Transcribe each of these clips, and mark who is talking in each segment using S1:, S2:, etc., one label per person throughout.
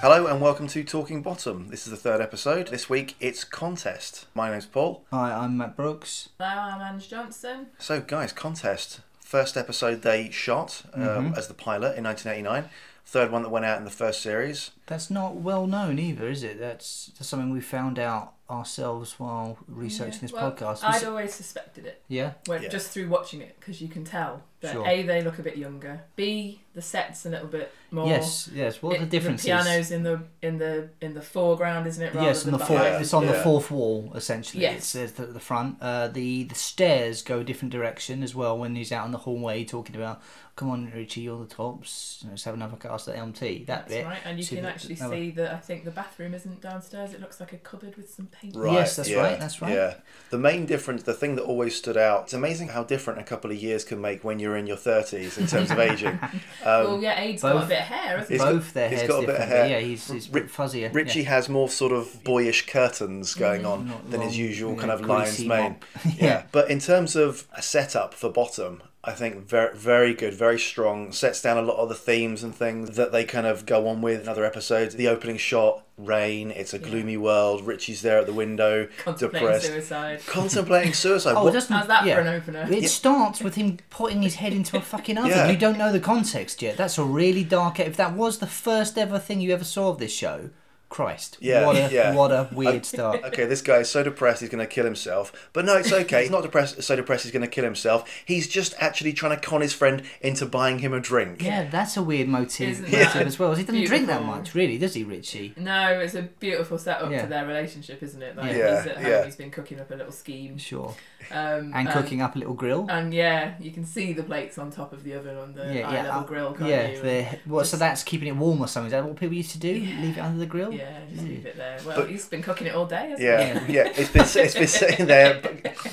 S1: Hello and welcome to Talking Bottom. This is the third episode. This week it's contest. My name's Paul.
S2: Hi, I'm Matt Brooks.
S3: Hello, I'm Ange Johnson.
S1: So, guys, contest. First episode they shot um,
S2: Mm-hmm.
S1: as the pilot in 1989. Third one that went out in the first series.
S2: That's not well known either, is it? That's, that's something we found out ourselves while researching this
S3: Oh, Well,
S2: podcast. We
S3: I'd
S2: s-
S3: always suspected it
S2: yeah,
S3: when,
S1: Yeah.
S3: just through watching it because you can tell that
S2: Sure.
S3: A, they look a bit younger, B, the set's a little bit more.
S2: yes, yes. What are
S3: it-
S2: the differences?
S3: The piano's in the in the in the foreground, isn't it? Rather
S2: yes, on
S3: than
S2: the fourth,
S3: behind?
S1: Yeah.
S2: it's on the
S1: Yeah.
S2: fourth wall essentially.
S3: Yes.
S2: It's, it's at the front. Uh, the the stairs go a different direction as well when he's out in the hallway talking about, "Come on, Richie, you're the tops. Let's have another cast at LMT." That
S3: That's
S2: bit.
S3: right, and you
S2: See
S3: can
S2: the-
S3: actually
S2: no,
S3: see that I think the bathroom isn't downstairs. It looks like a cupboard with some paint.
S2: Yes, that's right, that's right.
S1: Yeah. The main difference, the thing that always stood out, it's amazing how different a couple of years can make when you're in your 30s in terms of aging. Um,
S3: well, yeah, Aid's got a
S2: both-
S3: bit of hair, hasn't
S1: It's
S3: he?
S1: got-
S2: Both their
S1: he's
S2: hair's
S1: got a bit of
S2: different.
S1: hair.
S2: but yeah, he's, he's
S1: Ri-
S2: fuzzier. yeah.
S1: Richie has more sort of boyish curtains going on
S2: Mm-hmm. Not
S1: than his
S2: long,
S1: usual
S2: yeah,
S1: kind of lion's
S2: greasy
S1: mane.
S2: mop.
S1: yeah. but in terms of a setup for bottom, I think very, very good, very strong. Sets down a lot of the themes and things that they kind of go on with in other episodes. The opening shot, rain. It's a gloomy world. Richie's there at the window,
S3: Contemplating
S1: depressed,
S3: suicide.
S1: contemplating suicide.
S2: Oh,
S1: What-
S2: doesn't
S3: How's that
S2: yeah.
S3: for an opener?
S2: It starts with him putting his head into a fucking oven.
S1: Yeah.
S2: You don't know the context yet. That's a really dark. e- If that was the first ever thing you ever saw of this show, Christ,
S1: Yeah,
S2: what a
S1: yeah.
S2: what a weird start.
S1: okay, this guy is so depressed he's going to kill himself. But no, it's okay. He's not depressed. So depressed he's going to kill himself. He's just actually trying to con his friend into buying him a drink.
S2: Yeah, that's a weird motive,
S3: Isn't that
S2: motive as well. He doesn't drink that
S3: beautiful?
S2: much, really, does he, Richie?
S3: No, it's a beautiful setup
S2: Yeah.
S3: for their relationship, isn't it? Like
S1: Yeah,
S3: he's at home,
S1: yeah.
S3: he's been cooking up a little scheme.
S2: Sure.
S3: Um,
S2: And cooking up a little grill.
S3: And yeah, you can see the plates on top of the oven on the
S2: yeah,
S3: eye
S2: yeah.
S3: level
S2: uh,
S3: grill, can't
S2: yeah.
S3: you?
S2: the- what, so
S3: just-
S2: that's keeping it warm or something. Is that what people used to do? Leave it under the grill.
S3: yeah, just leave it there. Well,
S1: But-
S3: he's been cooking it all day, hasn't
S1: Yeah, yeah. It's been it's been sitting there,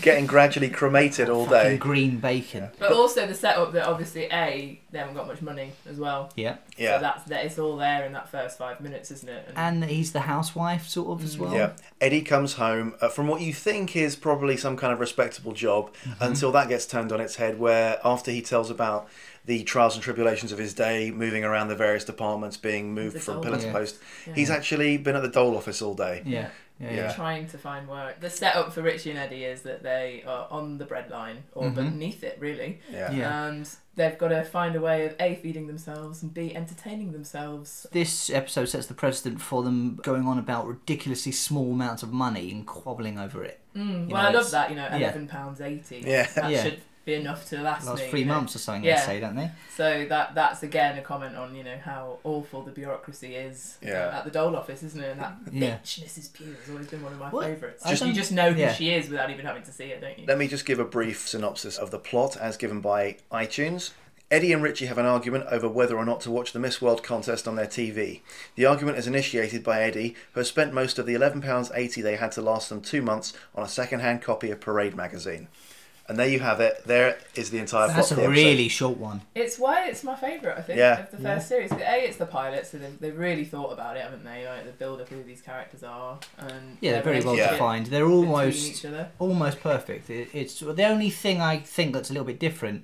S1: getting gradually cremated all
S2: Fucking
S1: day.
S2: green bacon.
S3: he? But also the setup that obviously a they haven't got much money as well.
S2: Yeah.
S3: So
S1: Yeah,
S3: that's that it's all there in that first five minutes, isn't it? And,
S2: And he's the housewife, sort
S3: Mm.
S2: of, as well.
S1: yeah. Eddie comes home uh, from what you think is probably some kind of respectable job until that gets turned on its head. Where after he tells about the trials and tribulations of his day, moving around the various departments, being moved
S3: The
S1: from
S3: dole.
S1: pillar to
S2: Yeah.
S1: post, he's actually been at the dole office all day.
S2: Yeah. Yeah.
S1: Yeah.
S3: Trying to find work. The setup for Richie and Eddie is that they are on the breadline or beneath it, really.
S1: Yeah.
S2: Mm-hmm. Yeah.
S3: And they've got to find a way of a feeding themselves and b entertaining themselves.
S2: This episode sets the precedent for them going on about ridiculously small amounts of money and quabbling over it.
S3: Mm,
S2: You
S3: well,
S2: know,
S3: I
S2: it's-
S3: love that. You know,
S2: yeah.
S3: eleven pounds eighty.
S1: Yeah.
S3: that
S2: Yeah.
S3: should be enough to last
S2: Last
S3: me,
S2: three
S3: you know.
S2: months or something, they
S3: Yeah.
S2: say, don't they?
S3: So that that's again a comment on you know how awful the bureaucracy is uh,
S1: Yeah.
S3: at the Dole office, isn't it? And that
S2: Yeah.
S3: bitch Mrs. Pugh has always been one of my
S2: What?
S3: favourites.
S2: I
S3: Just you
S2: don't-
S3: just know who
S2: yeah.
S3: she is without even having to see her, don't you?
S1: Let me just give a brief synopsis of the plot as given by iTunes. Eddie and Richie have an argument over whether or not to watch the Miss World contest on their TV. The argument is initiated by Eddie, who has spent most of the £11.80 they had to last them two months on a second hand copy of Parade magazine. And there you have it. There is the entire plot.
S2: That's
S1: of
S2: a
S1: the episode.
S2: really short one.
S3: It's why it's my favourite, I think,
S1: Yeah.
S3: of the first series. But A, it's the pilot, so they've, they've really thought about it, haven't they? Like the build up of who these characters are and
S2: Yeah,
S3: their
S2: they're very well
S3: relationship
S2: defined. They're
S3: between
S2: almost
S3: each other.
S2: almost perfect. It, it's the only thing I think that's a little bit different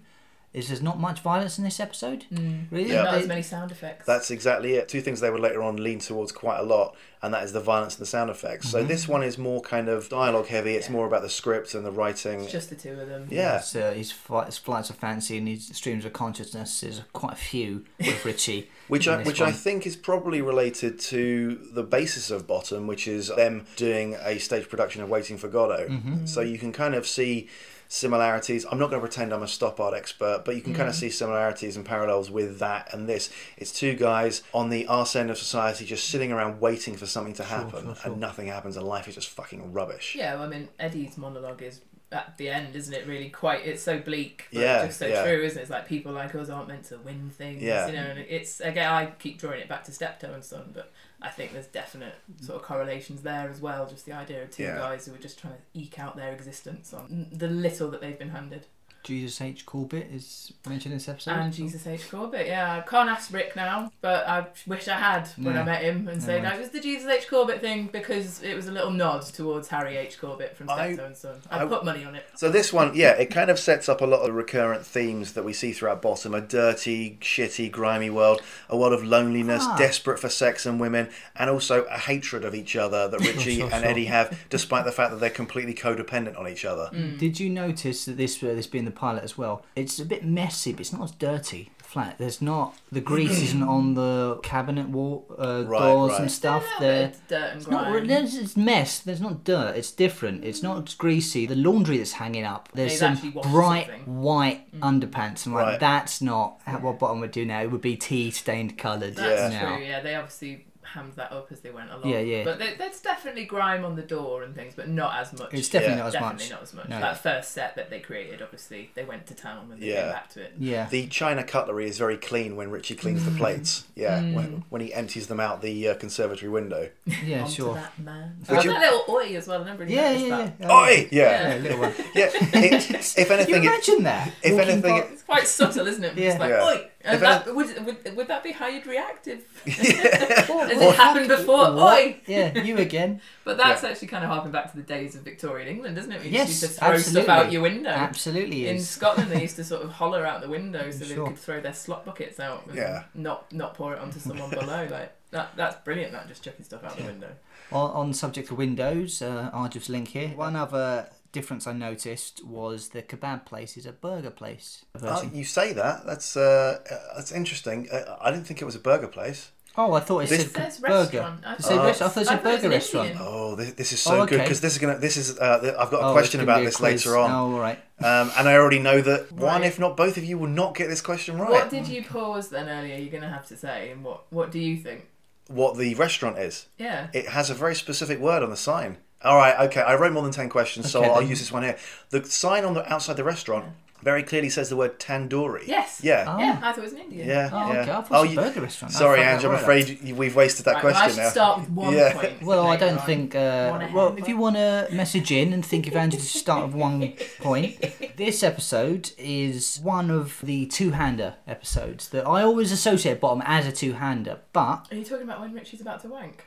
S2: is there's not much violence in this episode. Really?
S1: Yeah.
S3: Mm. Not
S2: They-
S3: as many sound effects.
S1: That's exactly it. Two things they would later on lean towards quite a lot, and that is the violence and the sound effects. So this one is more kind of dialogue heavy. It's more about the script and the writing.
S3: It's just the two of them.
S1: yeah.
S2: His, uh, his, fli- his flights of fancy and his streams of consciousness is quite a few with Richie.
S1: Which
S2: in
S1: I,
S2: this
S1: which I
S2: one.
S1: think is probably related to the basis of Bottom, which is them doing a stage production of Waiting for Godot.
S2: Mm-hmm.
S1: So you can kind of see similarities. I'm not going to pretend I'm a stop art expert, but you can kind
S2: Mm-hmm.
S1: of see similarities and parallels with that and this. It's two guys on the arse end of society just sitting around waiting for something to happen,
S2: sure, sure.
S1: and nothing happens, and life is just fucking rubbish.
S3: Yeah, well, I mean Eddie's monologue is at the end, isn't it? Really, quite. It's so bleak, but
S1: Yeah,
S3: just so
S1: yeah.
S3: true, isn't it? It's like people like us aren't meant to win things,
S1: Yeah.
S3: you know. And it's again, I keep drawing it back to Steptoe and Son, but I think there's definite sort of correlations there as well. Just the idea of two
S1: Yeah.
S3: guys who are just trying to eke out their existence on the little that they've been handed.
S2: Jesus H. Corbett is mentioned in this episode.
S3: And Jesus H. Corbett, yeah. I can't ask Rick now, but I wish I had
S1: Mm.
S3: when
S2: Yeah.
S3: I met him and said,
S2: Yeah.
S3: no, it was the Jesus H. Corbett thing because it was a little nod towards Harry H. Corbett from
S1: I-
S3: Steptoe and Son. I,
S1: I-
S3: put money on it.
S1: So this one, yeah, it kind of sets up a lot of the recurrent themes that we see throughout Bottom: a dirty, shitty, grimy world, a world of loneliness,
S2: Ah.
S1: desperate for sex and women, and also a hatred of each other that Richie
S2: sure,
S1: and
S2: sure.
S1: Eddie have, despite the fact that they're completely codependent on each other.
S3: Hmm.
S2: Did you notice that this, uh, this being the pilot as well, it's a bit messy, but it's not as dirty. Flat. There's not the grease isn't on the cabinet wall uh,
S1: Right,
S2: doors
S1: right.
S2: and stuff.
S3: Still a little
S2: There,
S3: bit of dirt and
S2: It's not.
S3: grime.
S2: re- There's it's mess. There's not dirt. It's different. It's not greasy. The laundry that's hanging up. There's
S3: They've
S2: some
S3: actually washed
S2: bright
S3: something. Hmm.
S2: white underpants, and like
S1: Right.
S2: that's not how, what bottom would do now. It would be tea stained coloured.
S3: That's
S2: now.
S3: true, yeah. They obviously hammed that up as they went along.
S2: Yeah, yeah.
S3: But there- there's definitely grime on the door and things, but not as much.
S2: It's definitely
S1: Yeah.
S2: not as
S3: definitely
S2: much.
S3: not as much.
S2: No.
S3: That first set that they created, obviously, they went to town when they
S1: Yeah.
S3: came back to it.
S2: Yeah.
S1: The china cutlery is very clean when Richie cleans the plates. Yeah, when, when he empties them out the uh, conservatory window.
S2: yeah.
S3: Onto
S2: Sure.
S3: that man.
S1: Would
S3: Oh,
S1: you-
S3: that little oi as well. I never really
S2: Yeah.
S3: noticed
S2: Yeah.
S3: that.
S2: Yeah.
S1: Oi!
S2: Yeah,
S1: Yeah,
S2: little one.
S1: Oh, yeah. It, if
S2: Can you
S1: anything, it,
S2: imagine that?
S1: if
S2: Walking
S1: anything,
S2: by-
S1: it-
S3: It's quite subtle, isn't it?
S2: Yeah.
S3: It's like,
S1: Yeah.
S3: oi! And
S1: If
S3: that, would, would, would that be how you'd react if
S2: What- what-
S3: Has it happened before?
S2: what?
S3: Oi!
S2: Yeah, you again.
S3: But that's
S1: Yeah.
S3: actually kind of harping back to the days of Victorian England, isn't it? We
S2: Yes,
S3: used to throw
S2: absolutely.
S3: stuff out your window.
S2: Absolutely
S3: In
S2: is.
S3: Scotland, they used to sort of holler out the window so
S2: Sure.
S3: they could throw their slop buckets out and
S1: Yeah.
S3: not not pour it onto someone below. Like that, that's brilliant. That just chucking stuff out the window.
S2: On, on the subject of windows, uh, Arjiv's link here. One other difference I noticed was the kebab place is a burger place.
S1: Oh,
S2: version.
S1: you say that. That's uh, uh, that's interesting. Uh, I didn't think it was a burger place.
S2: Oh, I thought it
S1: This-
S2: said
S3: It says
S2: burger.
S3: restaurant. I
S2: It said
S3: thought-
S2: rest- I thought it
S3: I
S2: said
S3: thought it was
S2: burger
S3: an
S2: restaurant.
S3: Indian.
S1: Oh, this, this is
S2: Oh,
S1: so good 'cause good
S2: okay.
S1: because this is gonna. This is. Uh, th- I've got a
S2: Oh,
S1: question
S2: it's gonna
S1: about
S2: be a
S1: this
S2: quiz.
S1: later on,
S2: Oh, all right.
S1: um, and I already know that one,
S3: Right.
S1: if not both of you, will not get this question right.
S3: What did you pause then earlier? You're gonna have to say, and what what do you think?
S1: What the restaurant is?
S3: Yeah.
S1: It has a very specific word on the sign. All right, okay. I wrote more than ten questions, so
S2: Okay,
S1: I'll
S2: then.
S1: use this one here. The sign on the outside the restaurant very clearly says the word tandoori.
S3: Yes.
S1: Yeah.
S2: Oh.
S3: Yeah, I thought it was an Indian.
S1: Yeah.
S2: Oh,
S1: yeah.
S2: okay. I thought
S1: Oh,
S2: it was a
S1: you-
S2: burger restaurant. I
S1: Sorry,
S2: fucked that
S1: Andrew. I'm
S2: right up.
S1: afraid you- we've wasted that
S3: Right, well, I
S1: question
S3: should
S1: now.
S3: start with one
S1: Yeah.
S3: point.
S2: Well, I
S3: later
S2: don't
S3: on.
S2: think. Uh,
S3: One
S2: well,
S3: ahead.
S2: if you want to message in and think of Andrew to start with one point, this episode is one of the two-hander episodes that I always associate bottom as a two-hander, but
S3: Are you talking about when Richie's about to wank?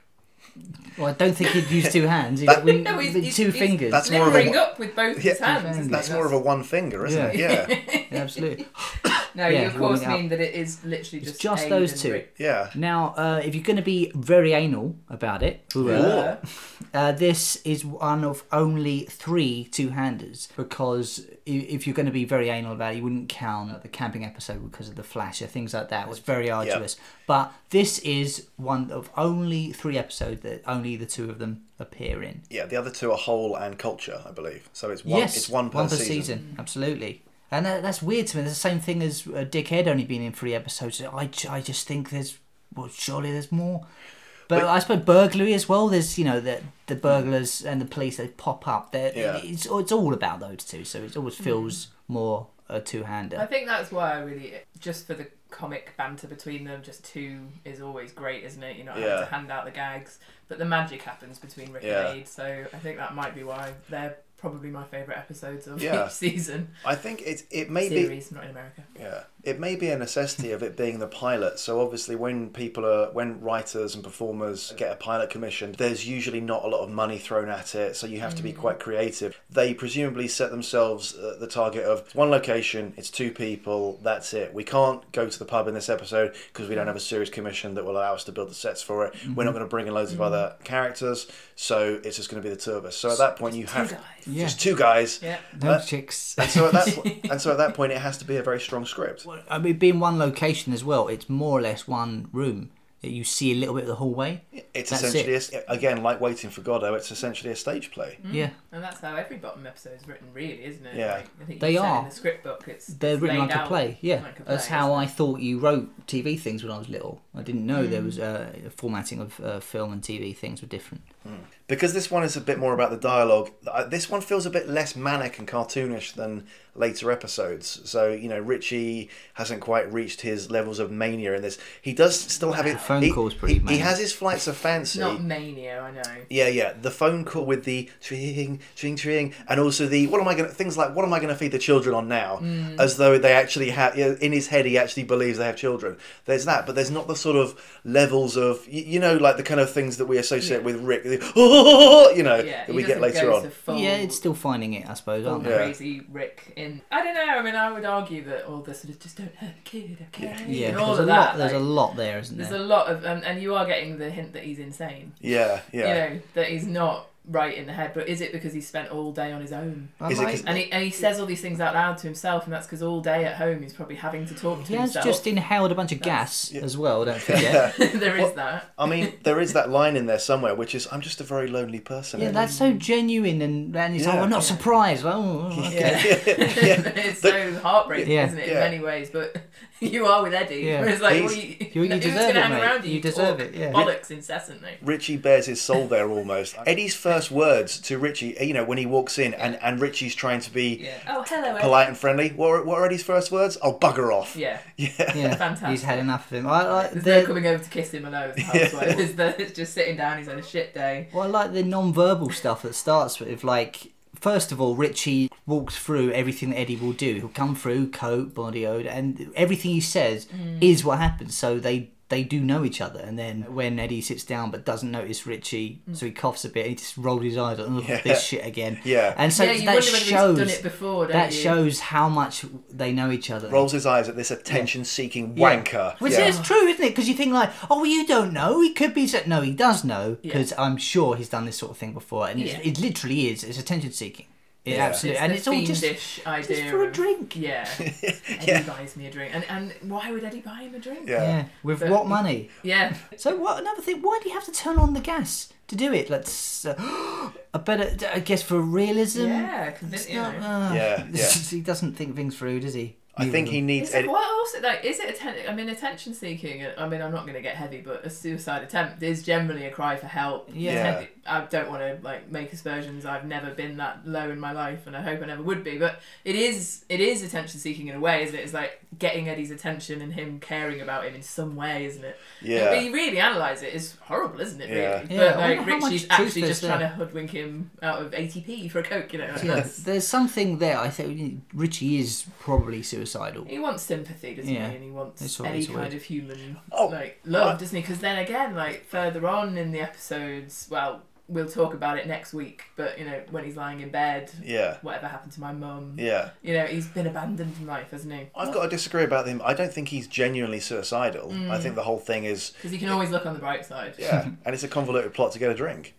S2: well, I don't think he'd use two hands. He'd
S1: That-
S2: win-
S3: No, he's-
S2: Mm, with
S3: he's-
S2: two
S3: he's-
S2: fingers.
S1: That's more of a-
S3: Limbering up with both his
S1: Yeah,
S3: hands.
S2: that's
S3: isn't it?
S1: That's more of a one finger, isn't it? Yeah.
S2: Yeah, absolutely.
S3: No,
S2: Yeah,
S3: you of course
S2: warming up.
S3: mean that it is literally
S2: It's
S3: just
S2: just
S3: Aid
S2: those
S3: and
S2: two.
S3: Rick.
S1: Yeah.
S2: Now, uh, if you're going to be very anal about it,
S1: Yeah.
S2: Uh, this is one of only three two-handers because i- if you're going to be very anal about it, you wouldn't count the camping episode because of the flasher, things like that. It was very arduous. But this is one of only three episodes that only the two of them appear in.
S1: Yeah, the other two are whole and culture, I believe. So it's one.
S2: yes,
S1: it's one per, season.
S2: absolutely. And that, that's weird to me. It's the same thing as uh, Dickhead only being in three episodes. I, ju- I just think there's well, surely there's more. But,
S1: But-
S2: I suppose burglary as well. There's you know the the burglars and the police they pop up. They're,
S1: Yeah.
S2: It's it's all about those two. So it always feels more a two
S3: I
S2: hander.
S3: think that's why I really, just for the comic banter between them, just two is always great, isn't it? You're not having
S1: Yeah.
S3: to hand out the gags, but the magic happens between Rick
S1: Yeah.
S3: and Aid, so I think that might be why they're probably my favourite episodes of
S1: Yeah.
S3: each season
S1: I think it it may be
S3: series, not in America.
S1: yeah it may be a necessity of it being the pilot. So obviously, when people are when writers and performers get a pilot commission, there's usually not a lot of money thrown at it, so you have to be quite creative. They presumably set themselves uh, the target of one location, it's two people, that's it. We can't go to the pub in this episode because we don't have a serious commission that will allow us to build the sets for it. We're not going to bring in loads of other characters, so it's just going to be the two of us. So at that point, you have
S3: Two guys.
S2: Yeah.
S1: just two guys.
S3: Yeah.
S2: No
S1: Uh,
S2: chicks.
S1: And so at that po- and so at that point, it has to be a very strong script.
S2: Well, I mean, being one location as well, it's more or less one room. You see a little bit of the hallway.
S1: It's
S2: That's
S1: essentially a s again like waiting for Godot. It's essentially a stage play.
S2: Yeah.
S3: Mm. And that's how every bottom episode is written, really, isn't it?
S1: Yeah.
S3: Like, I think
S2: They
S3: you said
S2: are.
S3: In the script book, it's
S2: They're
S3: it's
S2: written
S3: laid
S2: like a
S3: out
S2: play, yeah.
S3: like a
S2: That's
S3: play,
S2: how
S3: isn't
S2: I thought you wrote TV
S3: Mm.
S2: things when I was little. I didn't know there was uh, formatting of uh, film and TV things were different.
S1: because this one is a bit more about the dialogue. uh, This one feels a bit less manic and cartoonish than later episodes. So you know, Richie hasn't quite reached his levels of mania in this. He does still have it.
S2: phone
S1: he,
S2: call's pretty
S1: he- he
S2: manic.
S1: has his flights of fancy.
S3: Not mania, I know.
S1: Yeah, yeah. The phone call with the tring, tring, tring, and also the what am I going to things like what am I going to feed the children on now,
S3: Mm.
S1: as though they actually have in his head he actually believes they have children. There's that, but there's not the sort of levels of y- you know like the kind of things that we associate with Rick, the, you know,
S3: Yeah,
S1: that
S3: he
S1: we get
S3: doesn't
S1: later
S3: go
S1: on.
S3: to full-
S2: Yeah, it's still finding it, I suppose, aren't they?
S3: crazy Rick in. I don't know. I mean, I would argue that all this sort of just don't hurt the kid, okay?
S2: Yeah,
S3: and
S2: 'cause
S3: all
S2: there's a
S3: of that.
S2: lot. There's a
S3: like,
S2: lot there, isn't
S3: there's
S2: there?
S3: a lot of, um, and you are getting the hint that he's insane.
S1: Yeah, yeah.
S3: You know that he's not right in the head. But is it because he spent all day on his own?
S2: I
S1: Is it
S2: like-
S1: 'cause-
S3: And he, and he says all these things out loud to himself, and that's because all day at home he's probably having to talk to
S2: he has
S3: himself.
S2: just inhaled a bunch of gas as well. Don't forget.
S3: there is that.
S1: I mean, there is that line in there somewhere, which is I'm just a very lonely person.
S2: Yeah,
S1: And-
S2: that's so genuine, and and it's like,
S1: Yeah.
S2: well, I'm not surprised. Oh, okay.
S3: Yeah. it's so heartbreaking,
S2: Yeah.
S3: isn't it,
S1: Yeah.
S3: in many ways? But you are with Eddie.
S2: Yeah.
S3: Whereas, like,
S1: He's-
S3: well, you,
S2: you- you
S3: who's
S2: deserve
S3: gonna
S2: it,
S3: hang
S2: mate.
S3: around you?
S2: You
S3: You
S2: deserve
S3: talk
S2: it, yeah.
S3: Bollocks incessantly.
S1: Richie bears his soul there almost. Eddie's first words to Richie, you know, when he walks in and, and Richie's trying to be
S3: Yeah. Oh, hello, Eddie.
S1: polite and friendly. What are, what are Eddie's first words? Oh, bugger off.
S3: Yeah.
S1: Yeah.
S2: Yeah,
S3: Fantastic.
S2: he's had enough of him. I like
S3: There's no
S2: the,
S3: coming over to kiss him hello as the housewife. There's the- It's just sitting down. He's had a shit day.
S2: well, I like the non-verbal stuff that starts with like. First of all, Richie walks through everything that Eddie will do. He'll come through, coat, body odor, and everything he says
S3: Mm.
S2: is what happens. So they they do know each other. And then when Eddie sits down but doesn't notice Richie,
S3: Mm.
S2: so he coughs a bit, he just rolls his eyes on
S1: Yeah.
S2: this shit again.
S1: Yeah.
S2: And so
S3: yeah, you
S2: that
S3: wonder whether
S2: shows
S3: he's done it before, don't
S2: that
S3: you?
S2: shows how much they know each other.
S1: Rolls his eyes at this attention seeking
S2: Yeah.
S1: wanker.
S2: Which
S1: yeah.
S2: is true, isn't it? Because you think like, oh, well, you don't know. He could be. sa- No, he does know because I'm sure he's done this sort of thing before, and it's,
S3: Yeah.
S2: it literally is. It's attention seeking. It
S1: Yeah.
S2: absolutely,
S3: It's
S2: and
S3: the
S2: it's all just
S3: fiendish idea
S2: just for a
S3: of-
S2: drink.
S3: Yeah. Eddie buys me a drink, and and why would Eddie buy him a drink?
S1: Yeah.
S2: Yeah, with
S3: But-
S2: what money?
S3: Yeah.
S2: So what? Another thing. Why do you have to turn on the gas to do it? Let's. Uh, I better. I guess for realism.
S3: Yeah,
S2: um, It's
S3: convince- you
S2: not,
S3: know.
S2: uh,
S1: Yeah, yeah.
S2: he doesn't think things through, does he?
S1: I think he needs.
S3: It's like,
S1: Eddie-
S3: what else? Like, is it attention? I mean, attention seeking. I mean, I'm not going to get heavy, but a suicide attempt is generally a cry for help.
S2: Yeah.
S1: Yeah.
S3: I don't want to like make aspersions. I've never been that low in my life, and I hope I never would be. But it is, it is attention seeking in a way, isn't it? It's like getting Eddie's attention and him caring about him in some way, isn't it?
S1: Yeah.
S3: But you really analyse it, it's horrible, isn't it? Really.
S1: Yeah.
S2: Yeah,
S3: But
S2: I
S3: like,
S2: wonder how much
S3: Richie's
S2: truth
S3: actually
S2: is
S3: just
S2: there.
S3: trying to hoodwink him out of ATP for a coke. You know. Like,
S2: Yeah,
S3: that's-
S2: there's something there. I think Richie is probably suicidal.
S3: He wants sympathy, doesn't
S2: Yeah.
S3: he? And he
S2: It's
S3: wants
S2: all-
S3: any
S2: it's
S3: kind
S2: weird.
S3: of human
S1: Oh,
S3: like love,
S1: I-
S3: doesn't he? Because then again, like further on in the episodes, well, we'll talk about it next week. But you know, when he's lying in bed,
S1: yeah.
S3: whatever happened to my mum?
S1: Yeah.
S3: You know, he's been abandoned in life, hasn't he?
S1: I've got to disagree about him. I don't think he's genuinely suicidal. I
S2: Mm.
S1: think the whole thing is.
S3: Because you can always look on the bright side.
S1: Yeah. and it's a convoluted plot to get a drink.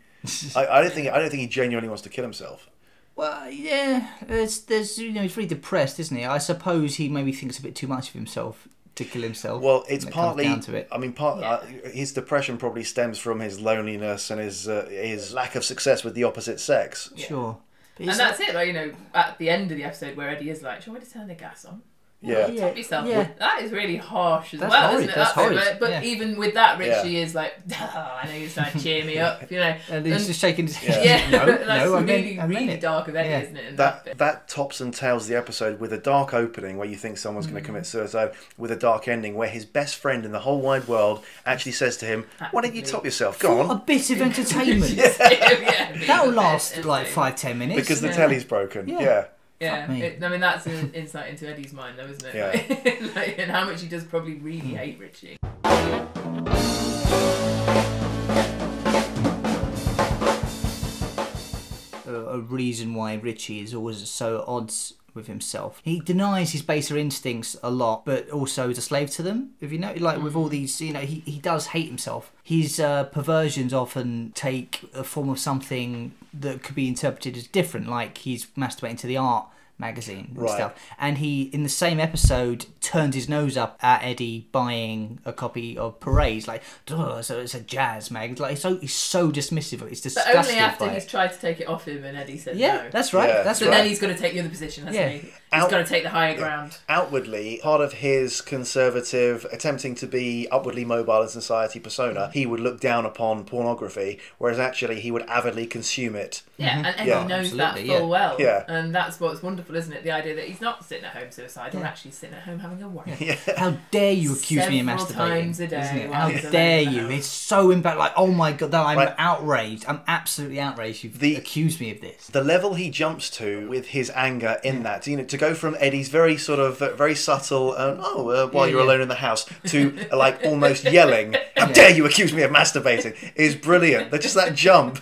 S1: I, I don't think. I don't think he genuinely wants to kill himself.
S2: Well, yeah, there's, there's, you know, he's really depressed, isn't he? I suppose he maybe thinks a bit too much of himself to kill himself.
S1: Well, it's
S2: when it comes
S1: partly.
S2: down to it.
S1: I mean, part
S3: Yeah.
S1: uh, his depression probably stems from his loneliness and his uh, his lack of success with the opposite sex.
S2: Sure, but
S3: And
S2: it's-
S3: that's it, like you know, at the end of the episode where Eddie is like, "Shall we just turn the gas on?
S1: Yeah.
S2: Yeah.
S3: Top yourself."
S2: yeah.
S3: That is really harsh as
S2: That's
S3: well,
S2: horrid,
S3: isn't it?
S2: that's
S3: That bit,
S2: horrid,
S3: But, but
S2: yeah.
S3: even with that,
S1: Yeah.
S3: Richie is like, "Oh, "I know you're trying to cheer me up," you know.
S2: and he's
S3: And-
S2: just shaking his head.
S3: Yeah,
S2: no,
S3: that's
S2: no, I meant,
S3: really,
S2: I meant
S3: really
S2: it.
S3: dark of Eddie,
S2: Yeah.
S3: isn't it? in that
S1: That
S3: bit?
S1: that tops and tails the episode with a dark opening where you think someone's going to commit suicide, with a dark ending where his best friend in the whole wide world actually says to him, "Why don't you top yourself? Go
S2: What
S1: on."
S2: a bit of entertainment.
S3: yeah,
S2: That'll
S3: yeah,
S2: last
S3: it's-
S2: like
S3: it's-
S2: five, ten minutes.
S1: Because the
S3: Yeah.
S1: telly's broken.
S2: Yeah.
S1: Yeah.
S3: Yeah,
S2: Fuck me.
S3: it- I mean that's an insight into Eddie's mind, though, isn't it?
S1: Yeah.
S3: Like, and how much he does probably really
S2: Hmm.
S3: hate Richie.
S2: a, a reason why Richie is always so at odds with himself. He denies his baser instincts a lot, but also is a slave to them. If you know, like with
S3: Mm.
S2: all these, you know, he, he does hate himself. His uh, perversions often take a form of something that could be interpreted as different, like he's masturbating to the art magazine and
S1: Right.
S2: stuff. And he, in the same episode, turned his nose up at Eddie buying a copy of Parades. Like, "Duh, so it's a jazz mag. It's Like, he's so, he's so dismissive. It's
S3: But
S2: disgusted
S3: only after
S2: by
S3: he's
S2: it.
S3: tried to take it off him, and Eddie said
S2: Yeah,
S3: no.
S2: that's right.
S1: Yeah.
S2: That's
S3: so
S2: right.
S3: then he's going to take the other position, hasn't
S2: Yeah.
S3: he? He's got to take the higher ground.
S1: outwardly, part of his conservative, attempting to be upwardly mobile in society persona, he would look down upon pornography, whereas actually he would avidly consume it.
S3: Yeah, and, and
S1: Yeah.
S3: he knows that full
S2: Mm-hmm. Absolutely, yeah.
S3: well.
S1: Yeah.
S3: And that's what's wonderful, isn't it? The idea that he's not sitting at home suicidal,
S2: Yeah.
S3: actually sitting at home having a wank.
S2: How dare you accuse me of
S3: Several
S2: masturbating?
S3: times a day
S2: isn't it?
S3: while
S2: How
S3: he's alone
S2: dare
S3: in the
S2: you?
S3: house.
S2: It's so impact. Like, oh my god, that I'm
S1: Right.
S2: outraged. I'm absolutely outraged. You've
S1: The-
S2: accused me of this.
S1: The level he jumps to with his anger in that, you know, to go from Eddie's very sort of uh, very subtle, um, oh, uh, while
S2: Yeah,
S1: you're
S2: yeah.
S1: alone in the house, to uh, like almost yelling, "How dare you accuse me of masturbating!" is brilliant. They're just that jump.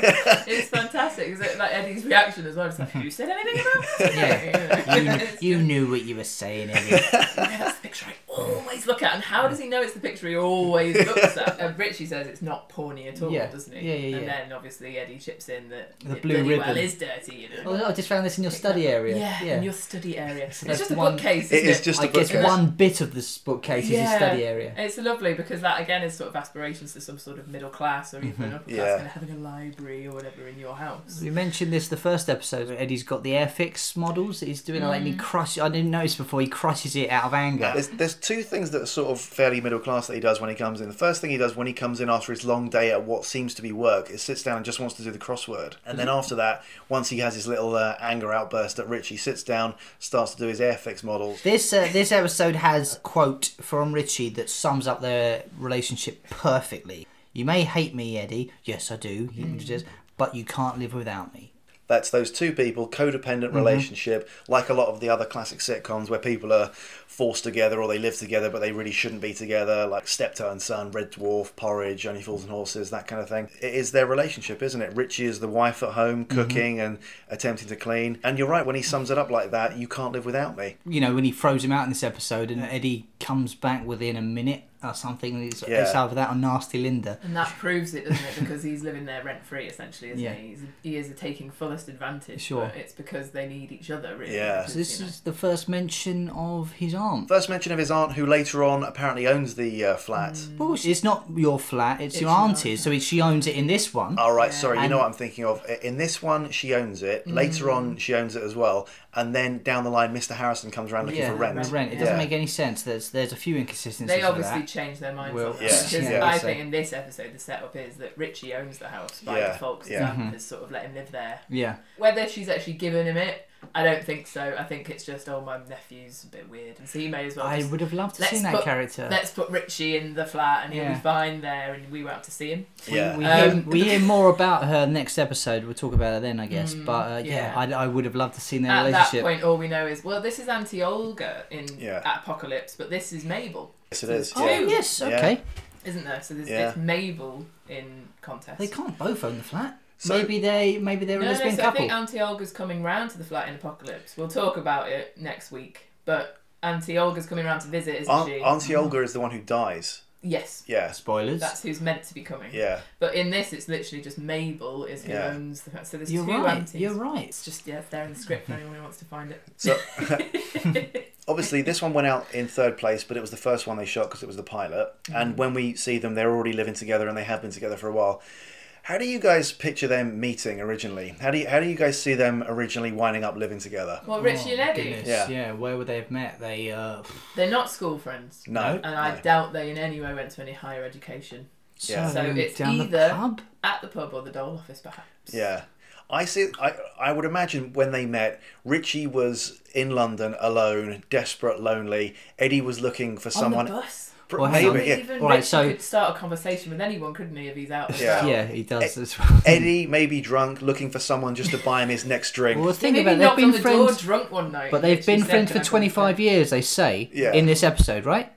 S3: It's fantastic. Is it like Eddie's reaction as well? It's like, who said anything about this?
S2: Yeah. You, kn- you knew what you were saying, Eddie.
S3: Yeah, that's the picture I always look at. And how does he know it's the picture he always looks at? And Richie says it's not porny at all,
S2: Yeah.
S3: doesn't he?
S2: Yeah, yeah,
S3: And
S2: yeah.
S3: then obviously Eddie chips in that
S2: The
S3: it
S2: blue
S3: bloody well
S2: ribbon.
S3: is dirty, you know.
S2: oh, I just found this in your study area.
S3: Yeah, in your study area.
S2: that's
S3: it's just a
S2: one-
S3: bookcase,
S1: It
S3: isn't
S1: is just
S2: I
S1: a
S2: guess
S1: bookcase.
S2: one bit of this bookcase is his
S3: Yeah.
S2: study area.
S3: It's lovely because that again is sort of aspirations to some sort of middle class or even upper class
S1: Mm-hmm. Yeah.
S3: kind of having a library or whatever in your house.
S2: We mentioned this the first episode where Eddie's got the Airfix models. that He's doing like and
S3: Mm.
S2: he crush. I didn't notice before he crushes it out of anger.
S1: There's, there's two things that are sort of fairly middle class that he does when he comes in. The first thing he does when he comes in after his long day at what seems to be work is sits down and just wants to do the crossword. And then after that, once he has his little uh, anger outburst at Richie, sits down, starts to do his Airfix models.
S2: This uh, this episode has a quote from Richie that sums up their relationship perfectly. You may hate me, Eddie. Yes, I do. He
S1: Mm.
S2: introduces, but you can't live without me.
S1: That's those two people, codependent relationship, like a lot of the other classic sitcoms where people are forced together or they live together but they really shouldn't be together, like Steptoe and Son, Red Dwarf, Porridge, Only Fools and Horses, that kind of thing. It is their relationship, isn't it? Richie is the wife at home cooking and attempting to clean. And you're right, when he sums it up like that, you can't live without me.
S2: You know when he throws him out in this episode, and Eddie comes back within a minute or something. And it's,
S1: Yeah.
S2: it's either that or nasty Linda.
S3: And that proves it, doesn't it? Because he's living there rent free, essentially, isn't
S2: Yeah.
S3: he? He's, he is taking fullest advantage.
S2: Sure.
S3: But it's because they need each other, really.
S1: Yeah.
S3: because,
S2: So this
S3: you know.
S2: is the first mention of his aunt.
S1: First mention of his aunt, who later on apparently owns the uh, flat.
S2: Well, it's not your flat; it's,
S3: It's
S2: your
S3: your
S2: auntie's. So she owns it in this one.
S1: All right,
S3: Yeah.
S1: sorry. You
S2: And-
S1: know what I'm thinking of. In this one, she owns it. Later on, she owns it as well. And then down the line, Mr. Harrison comes around looking
S2: yeah,
S1: for rent.
S2: Rent. It
S1: Yeah.
S2: doesn't make any sense. There's there's a few inconsistencies.
S3: They
S2: with
S3: obviously
S2: that.
S3: changed their minds.
S2: Well,
S3: on that,
S1: yeah,
S3: Because
S1: yeah.
S3: I
S2: yeah.
S3: think in this episode, the setup is that Richie owns the house by
S1: Yeah,
S3: default because
S1: yeah.
S3: his
S2: Mm-hmm.
S3: aunt has sort of let him live there.
S2: Yeah.
S3: Whether she's actually given him it, I don't think so. I think it's just, oh, my nephew's a bit weird. And so he may as well
S2: I
S3: just
S2: would have loved to
S3: Let's
S2: see that
S3: put-
S2: character.
S3: let's put Richie in the flat and he'll
S2: Yeah.
S3: be fine there and we won't have to see him.
S1: Yeah.
S2: We,
S3: Um,
S2: hear, we hear more about her next episode. We'll talk about her then, I guess. but uh, yeah,
S3: Mm, yeah.
S2: I, I would have loved to see their
S3: At that
S2: relationship.
S3: point all we know is well this is Auntie Olga in
S1: Yeah.
S3: Apocalypse, but this is Mabel,
S1: Yes, it is.
S2: oh
S1: yeah.
S3: too.
S2: yes,
S1: Yeah.
S2: okay.
S3: isn't there? So there's
S1: Yeah.
S3: it's Mabel in contest.
S2: They can't both own the flat.
S1: So-
S2: maybe they maybe they're a
S3: no, no,
S2: lesbian
S3: so I
S2: couple.
S3: think um, Auntie Olga's coming round to the flat in Apocalypse. We'll talk about it next week. But Auntie Olga's coming round to visit, isn't
S1: Aunt,
S3: she?
S1: Auntie Olga is the one who dies.
S3: yes.
S1: Yeah.
S2: Spoilers.
S3: That's who's meant to be coming.
S1: Yeah.
S3: But in this, it's literally just Mabel is who
S1: Yeah.
S3: owns the. So there's
S2: You're
S3: two
S2: right.
S3: aunties.
S2: You're right.
S3: It's just yeah, it's there in the script for anyone who wants to find it.
S1: So obviously, this one went out in third place, but it was the first one they shot because it was the pilot. And when we see them, they're already living together and they have been together for a while. How do you guys picture them meeting originally? How do you, how do you guys see them originally winding up living together?
S3: Well, Oh, Richie and Eddie,
S2: Oh, Goodness,
S1: Yeah.
S2: Where would they have met? They. Uh,
S3: they're not school friends,
S1: No.
S3: and I doubt they in any way went to any higher education
S1: Yeah.
S2: So,
S3: So it's
S2: down
S3: either-
S2: the pub.
S3: at the pub or the dole office, perhaps.
S1: Yeah. I see. I I would imagine when they met, Richie was in London alone, desperate, lonely. Eddie was looking for
S3: on
S1: someone.
S3: the bus.
S1: Pr-
S2: Well, hang on.
S1: maybe yeah.
S3: Even
S2: All right,
S3: Richie
S2: so-
S3: could start a conversation with anyone, couldn't he, if he's out? and
S1: Yeah. Eh,
S3: about?
S2: Yeah, he does as well.
S1: Eddie maybe drunk, looking for someone just to buy him his next drink.
S2: Well,
S3: He
S2: think
S3: maybe
S2: about it,
S3: knocked
S2: they've
S3: on
S2: been
S3: the door
S2: friends,
S3: drunk one night.
S2: but they've
S3: Richie
S2: been
S3: said,
S2: friends
S3: "Can
S2: for
S3: I come
S2: 25 years. They say
S1: Yeah. uh,
S2: in this episode, right?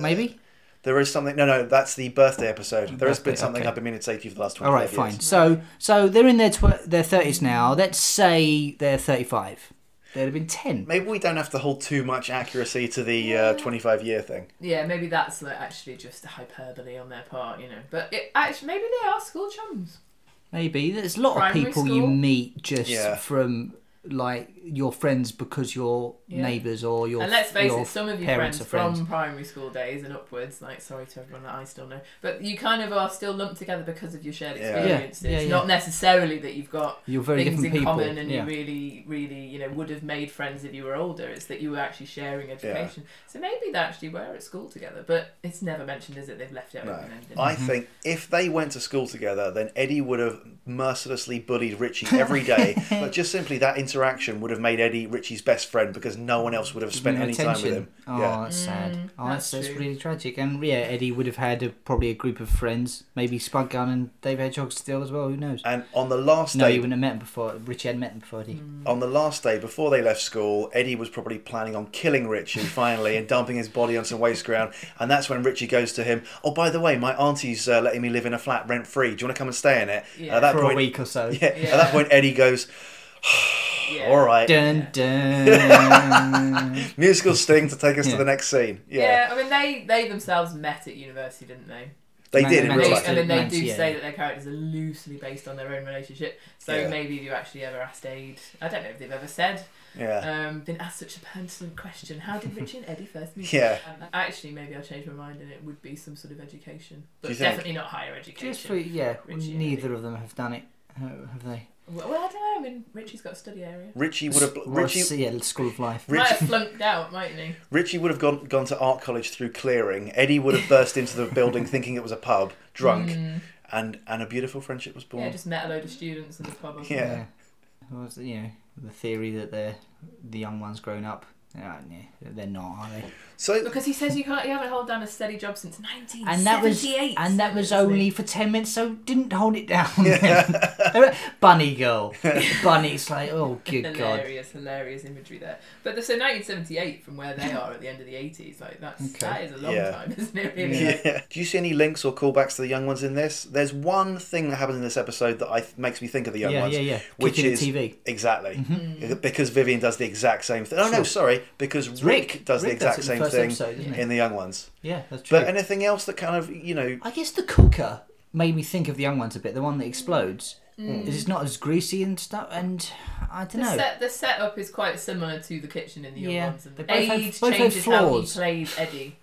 S2: Maybe.
S1: There is something. No, no, that's the birthday episode. There has been
S2: Birthday,
S1: something
S2: okay.
S1: I've been meaning to say to you for the last twenty.
S2: All right, fine. So, so they're in their tw- their 30s now. Let's say they're 35. There'd have been 10.
S1: Maybe we don't have to hold too much accuracy to the uh, twenty-five year thing.
S3: Yeah, maybe that's like actually just a hyperbole on their part, you know. But it, actually, maybe they are school chums.
S2: Maybe there's a lot
S3: Primary
S2: of people
S3: school?
S2: you meet just
S1: Yeah.
S2: from like your friends because you're
S3: Yeah.
S2: neighbours or your
S3: And let's face
S2: your
S3: it, some of your
S2: parents
S3: friends,
S2: are friends.
S3: from primary school days and upwards, like sorry to everyone that I still know, but you kind of are still lumped together because of your shared
S1: Yeah. Yeah.
S3: experiences.
S2: Yeah, yeah.
S3: Not necessarily that you've got
S2: You're very
S3: things in
S2: different people.
S3: common and
S2: yeah.
S3: you really, really, you know, would have made friends if you were older. It's that you were actually sharing education. So maybe they actually were at school together, but it's never mentioned, is it? They've left it
S1: No.
S3: open ended.
S1: I think if they went to school together, then Eddie would have mercilessly bullied Richie every day. but just simply that interaction would have made Eddie Richie's best friend because no one else would have spent any time with him.
S2: Oh,
S1: Yeah.
S2: that's sad.
S3: Mm,
S2: oh, that's,
S3: that's
S2: that's
S3: true.
S2: really tragic. And yeah, Eddie would have had a, probably a group of friends, maybe Spud Gun and Dave Hedgehog still as well. Who knows?
S1: And on the last
S2: no,
S1: day,
S2: you wouldn't have met him before. Richie hadn't met him before, had he?
S1: on the last day before they left school, Eddie was probably planning on killing Richie finally and dumping his body on some waste ground. And that's when Richie goes to him. Oh, by the way, my auntie's uh, letting me live in a flat rent free. Do you want to come and stay in it?
S3: Yeah.
S1: At that
S2: For
S1: point,
S2: a week or so.
S1: Yeah, At that
S3: Yeah.
S1: point, Eddie goes,
S3: Yeah.
S1: "All right,
S2: Dun dun.
S1: musical sting to take us
S2: Yeah.
S1: to the next scene." Yeah,
S3: Yeah. I mean they they themselves met at university, didn't they?
S1: they
S2: Man-
S1: did in
S2: man-
S1: real
S3: They,
S1: life.
S2: Manchester,
S3: and then they do
S2: Manchester, yeah.
S3: say that their characters are loosely based on their own relationship. So
S1: Yeah.
S3: maybe if you actually ever asked Aid, I don't know if they've ever said,
S1: Yeah,
S3: um, been asked such a pertinent question. How did Richie and Eddie first meet?
S1: yeah.
S3: Um, actually, maybe I'll change my mind and it would be some sort of education,
S1: Do
S3: but
S1: you think?
S3: definitely not higher education.
S2: Just for yeah,
S3: Richie and
S2: neither of them have done it, ha- have they?
S3: Well, well, I don't know. I mean, Richie's got a study area.
S1: Richie would have
S2: Well,
S1: Richie
S2: see, yeah, school of life.
S1: Rich-
S3: Might have flunked out, mightn't he?
S1: Richie would have gone gone to art college through clearing. Eddie would have burst into the building thinking it was a pub, drunk,
S3: Mm,
S1: and and a beautiful friendship was born.
S3: yeah, just met a load of students in the pub. or
S1: Yeah.
S3: something.
S2: What was it, you know the theory that they're the young ones grown up? Yeah, yeah, they're not, are they?
S1: so
S3: Because he says you can't, you haven't held down a steady job since 1978.
S2: And that was and that was
S3: isn't it?
S2: only for ten minutes, so didn't hold it down. then. Bunny girl, bunny. It's like oh good god.
S3: hilarious, hilarious imagery there. But the, so 1978 from where they are at the end of the 80s, like that's
S2: Okay.
S3: that is a long
S1: Yeah.
S3: time, isn't it? Really.
S1: yeah. Do you see any links or callbacks to the young ones in this? There's one thing that happens in this episode that I th- makes me think of the young
S2: Yeah,
S1: ones.
S2: yeah, yeah.
S1: which
S2: Kicking
S1: is-
S2: the TV.
S1: Exactly,
S3: Mm-hmm. Mm.
S2: Mm.
S1: because Vivian does the exact same thing. Oh no,
S2: Sure.
S1: sorry, because Rick, does the
S2: Rick
S1: exact
S2: it in
S1: same
S2: first
S1: thing
S2: episode, doesn't he?
S1: in the young ones.
S2: Yeah, that's true.
S1: But anything else that kind of you know
S2: I guess the cooker made me think of the young ones a bit. The one that explodes. Is it's not as greasy and stuff? And I don't
S3: Mm. The,
S2: know.
S3: set, the setup is quite similar to the kitchen in the
S2: Yeah,
S3: young ones. And
S2: they both
S3: Aid
S2: have- both have
S3: changes how he
S2: flaws.
S3: plays Eddie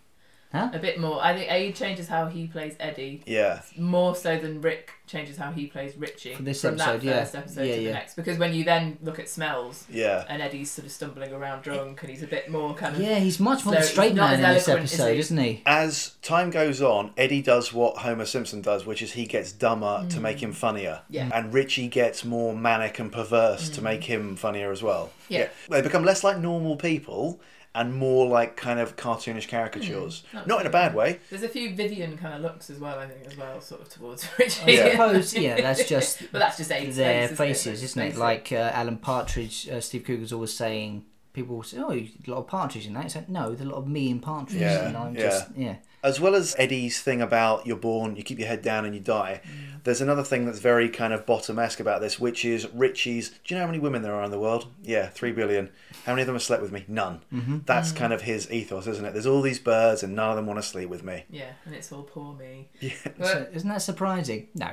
S2: Huh?
S3: a bit more. I think Aid changes how he plays Eddie
S1: yeah
S3: more so than Rick changes how he plays Richie
S2: For this
S3: from
S2: episode, yeah.
S3: that first episode
S2: Yeah,
S3: to
S2: yeah.
S3: the next. Because when you then look at smells
S1: yeah
S3: and Eddie's sort of stumbling around drunk and he's a bit more kind of
S2: Yeah, he's much more
S3: So
S2: the straight
S3: he's not
S2: man in
S3: as
S2: this
S3: eloquent, is
S2: episode,
S3: he?
S2: is not he?
S1: as time goes on, Eddie does what Homer Simpson does, which is he gets dumber to make him funnier.
S3: Mm. Yeah. Mm.
S1: And Richie gets more manic and perverse to make him funnier as well.
S3: Yeah.
S1: They become less like normal people and more like kind of cartoonish caricatures.
S3: Mm.
S1: Not in a bad way.
S3: There's a few Vivian kind of looks as well, I think, as well, sort of towards Richie.
S2: I suppose, yeah, that's just
S3: but that's just Aid's
S2: their
S3: face,
S2: faces,
S3: isn't it?
S2: isn't it? Like uh, Alan Partridge, uh, Steve Coogan's always saying, people will say, oh, you- a lot of partridge in that. It's like, no, there's a lot of me in partridge.
S1: Yeah,
S2: and I'm
S1: yeah.
S2: just, yeah.
S1: As well as Eddie's thing about you're born, you keep your head down and you die, there's another thing that's very kind of bottom esque about this, which is Richie's. Do you know how many women there are in the world? Yeah, three billion. How many of them have slept with me? None. That's kind of his ethos, isn't it? There's all these birds and none of them want to sleep with me.
S3: Yeah, and it's all poor me.
S1: Yeah.
S2: So,
S3: But,
S2: isn't that surprising? No.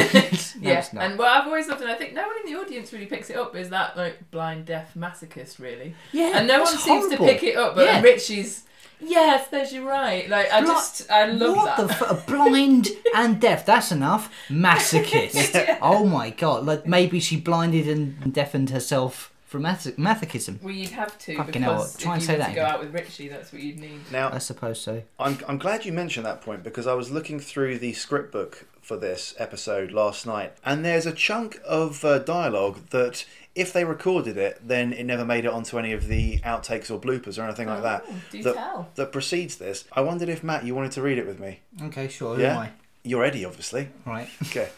S2: No,
S3: yeah,
S2: it's not.
S3: and what I've always loved, and I think no one in the audience really picks it up, is that like blind deaf masochist, really.
S2: Yeah,
S3: and no one
S2: that's
S3: seems
S2: horrible.
S3: to pick it up. But
S2: Yeah.
S3: Richie's, yes, there's you're right. Like I
S2: Bli-
S3: just, I love
S2: what
S3: that.
S2: the f- blind and deaf? That's enough. Masochist. Oh my god! Like maybe she blinded and deafened herself from mas- masochism.
S3: well, you'd have to
S2: Fucking hell,
S3: because
S2: try and
S3: if
S2: say
S3: you were
S2: that
S3: to go
S2: again.
S3: out with Richie, that's what you'd need.
S1: Now,
S2: I suppose so.
S1: I'm, I'm glad you mentioned that point because I was looking through the script book for this episode last night, and there's a chunk of uh, dialogue that, if they recorded it, then it never made it onto any of the outtakes or bloopers or anything like that.
S3: Oh, do
S1: that,
S3: tell.
S1: That precedes this. I wondered if Matt, you wanted to read it with me.
S2: Okay, sure. Who
S1: Yeah?
S2: am I?
S1: You're Eddie, obviously.
S2: Right.
S1: Okay.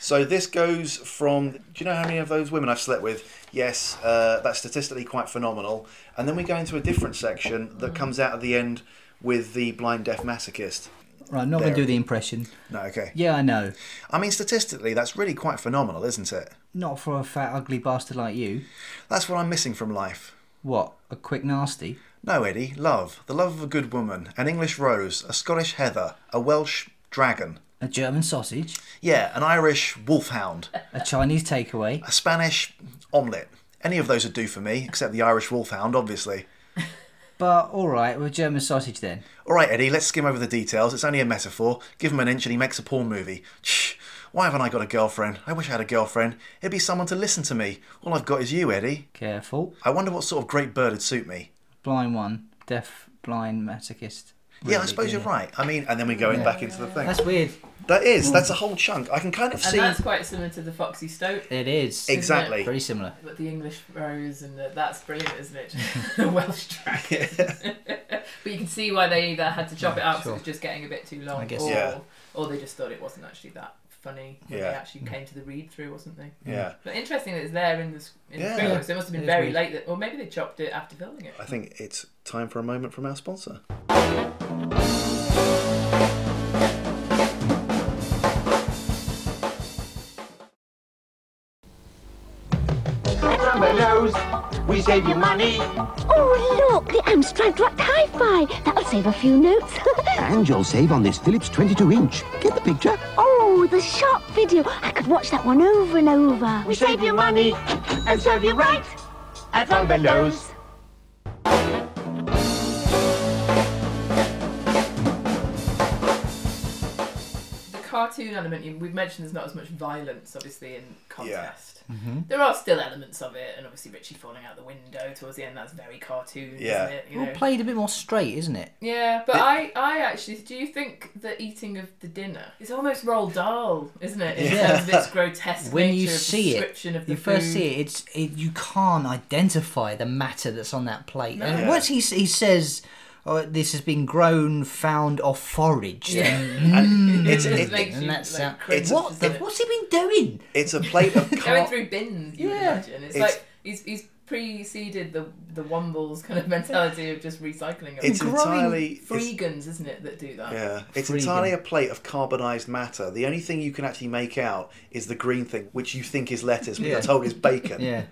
S1: so this goes from. Do you know how many of those women I've slept with? Yes, uh, that's statistically quite phenomenal. And then we go into a different section that comes out at the end with the blind deaf masochist.
S2: Right. I'm not going
S1: There.
S2: to do the impression.
S1: No, okay.
S2: Yeah, I know.
S1: I mean, statistically, that's really quite phenomenal, isn't it?
S2: Not for a fat, ugly bastard like you.
S1: That's what I'm missing from life.
S2: What? A quick nasty?
S1: No, Eddie, love. The love of a good woman, an English rose, a Scottish heather, a Welsh dragon.
S2: a German sausage,
S1: Yeah, an Irish wolfhound,
S2: a Chinese takeaway.
S1: a Spanish omelette. Any of those would do for me, except the Irish wolfhound, obviously.
S2: But all right, well, German sausage then.
S1: All right, Eddie, let's skim over the details. It's only a metaphor. Give him an inch and he makes a porn movie. Shh. Why haven't I got a girlfriend? I wish I had a girlfriend. It'd be someone to listen to me. All I've got is you, Eddie.
S2: Careful,
S1: I wonder what sort of great bird would suit me.
S2: blind one, deaf, blind masochist.
S1: yeah, I
S2: Really,
S1: suppose
S2: yeah.
S1: you're right. I mean, and then we're going back into the thing.
S2: That's weird.
S1: That is, that's a whole chunk. I can kind of
S3: And
S1: see.
S3: that's quite similar to the Foxy Stoat.
S2: It is
S1: Exactly.
S2: very similar.
S3: But the English rose and the, that's brilliant, isn't it? the Welsh dragon. but you can see why they either had to chop it up because it was just getting a bit too long,
S2: I guess.
S3: or
S1: Yeah.
S3: or they just thought it wasn't actually that funny when
S1: Yeah.
S3: they actually came to the read through or something.
S1: Yeah.
S3: But interesting that it's there in the s- in
S1: Yeah.
S3: the script, so it must have been
S2: It is
S3: very
S2: weird.
S3: late. That, or maybe they chopped it after filming it.
S1: I think it's time for a moment from our sponsor.
S4: Number knows we save you money.
S5: Oh, look, the Amstrad Rock Hi-Fi. That'll save a few notes.
S6: And you'll save on this Philips 22 inch. Get the picture?
S5: oh, the sharp video. I could watch that one over and over.
S4: We save you money and serve you right at Number knows.
S3: The cartoon element you- we've mentioned there's not as much violence, obviously, in contest. There are still elements of it, and obviously Richie falling out the window towards the end. That's very cartoon,
S1: Yeah.
S3: isn't it? You
S2: Well,
S3: know?
S2: played a bit more straight, isn't it?
S3: Yeah, but I, I actually, do you think the eating of the dinner is almost Roald Dahl, isn't it? In
S2: Yeah.
S3: terms of its grotesque
S2: When
S3: nature
S2: you
S3: of
S2: see it,
S3: description of the
S2: you first
S3: food.
S2: see it. It's it, you can't identify the matter that's on that plate. And
S1: No.
S2: once he s- he says, "Oh, this has been grown, found, or foraged,"
S3: Yeah.
S2: then
S1: And it's,
S3: It
S1: it,
S3: Mm. makes
S2: and
S3: you,
S2: that's
S3: like,
S2: sound-
S3: cringe,
S2: what the,
S3: doesn't it?
S2: what's he been doing?
S1: it's a plate of
S3: going
S1: car-
S3: through bins. You
S2: Oh. Yeah.
S3: yeah, imagine. It's,
S1: It's-
S3: like he's he's preceded the the Wombles kind of mentality of just recycling.
S1: It's
S3: everything.
S1: entirely. it's-
S3: Freegans, isn't it, that do that?
S1: Yeah, it's
S2: Freedom.
S1: entirely a plate of carbonized matter. The only thing you can actually make out is the green thing, which you think is lettuce, but
S2: Yeah.
S1: you're told is bacon.
S2: Yeah.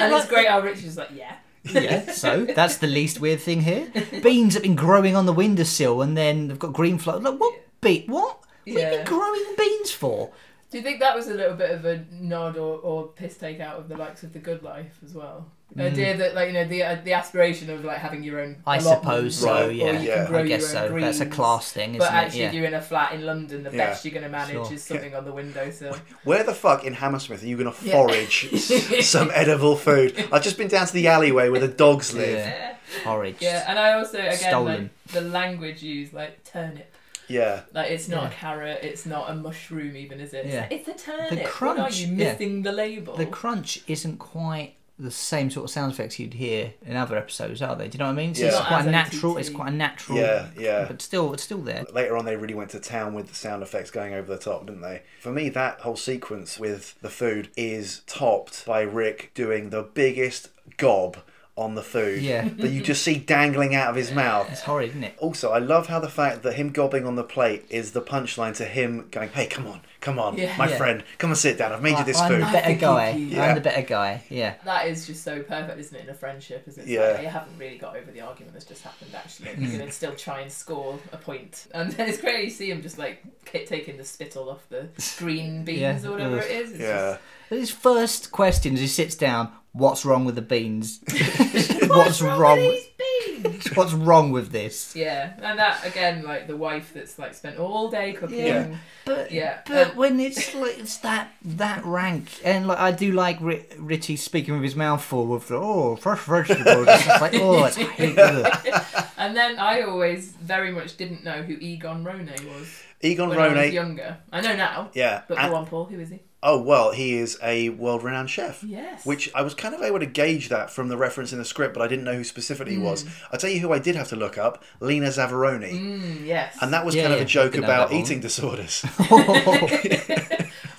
S3: And it's great how Rich is like, yeah.
S2: yeah, so that's the least weird thing here. Beans have been growing on the windowsill and then they've got green flow. Like, what? Be- what? What have you
S3: Yeah.
S2: been growing beans for?
S3: Do you think that was a little bit of a nod or, or piss take out of the likes of the good life as well? The idea that like you know the uh, the aspiration of like having your own.
S2: Mm. I
S3: allotment,
S2: suppose so,
S3: or
S2: yeah.
S3: you
S1: Yeah.
S3: can grow
S2: I guess
S3: your own
S2: so. That's a
S3: greens,
S2: class thing, isn't
S3: But actually,
S2: it? Yeah.
S3: you're in a flat in London. The
S1: Yeah.
S3: best you're going to manage
S2: Sure.
S3: is something on the windowsill.
S1: Where the fuck in Hammersmith are you going to
S3: Yeah.
S1: forage s- some edible food? I've just been down to the alleyway where the dogs live. Yeah.
S2: Yeah. Foraged.
S3: Yeah, and I also again
S2: Stolen.
S3: like, the language used like turnip. Like it's not a carrot, it's not a mushroom, even is it? It's,
S2: Yeah.
S3: like, it's a turnip. what are
S2: crunch,
S3: you
S2: yeah.
S3: missing the label?
S2: The crunch isn't quite the same sort of sound effects you'd hear in other episodes, are they? Do you know what I mean? So
S1: Yeah.
S2: it's
S1: Not
S2: quite
S3: as
S2: natural.
S3: OTT.
S2: It's quite a natural.
S1: Yeah, yeah.
S2: But still, it's still there.
S1: Later on, they really went to town with the sound effects going over the top, didn't they? For me, that whole sequence with the food is topped by Rick doing the biggest gob on the food
S2: Yeah.
S1: that you just see dangling out of his mouth.
S2: It's horrid, isn't it?
S1: Also, I love how the fact that him gobbing on the plate is the punchline to him going, "Hey, come on, come on,
S3: Yeah.
S1: my
S2: Yeah.
S1: friend, come and sit down. I've made you this
S2: I'm
S1: food."
S2: the better
S3: think you-
S2: guy.
S1: Yeah.
S2: I'm the better guy. Yeah.
S3: That is just so perfect, isn't it? In a friendship, isn't it? It's
S1: Yeah.
S3: Like, they haven't really got over the argument that's just happened. Actually, you're going to still try and score a point, and then it's great. You see him just like k- taking the spittle off the green beans
S2: Yeah.
S3: or whatever
S2: Ugh.
S3: it is. It's
S1: Yeah,
S2: His first question as he sits down, what's wrong with the beans? what's wrong?
S3: just, these beans.
S2: what's wrong with this?
S3: yeah, and that again, like the wife that's like spent all day cooking.
S2: Yeah. But
S3: Yeah,
S2: but
S3: um,
S2: when it's like it's that that rank and like I do like Ri- Richie speaking with his mouth full with the, oh fresh vegetables. it's like oh it's I hate ugh."
S3: And then I always very much didn't know who Egon Rone was
S1: Egon
S3: when I was
S1: Rone. eh?
S3: younger. I know now.
S1: Yeah,
S3: But
S1: and-
S3: go on, Paul. Who is he?
S1: oh well, he is a world-renowned chef.
S3: Yes.
S1: Which I was kind of able to gauge that from the reference in the script, but I didn't know who specifically he was. I tell you who I did have to look up: Lena Zavaroni,
S3: Mm, yes.
S1: and that was
S2: Yeah,
S1: kind of
S2: yeah,
S1: a joke
S2: I know
S1: about
S2: that one.
S1: eating disorders.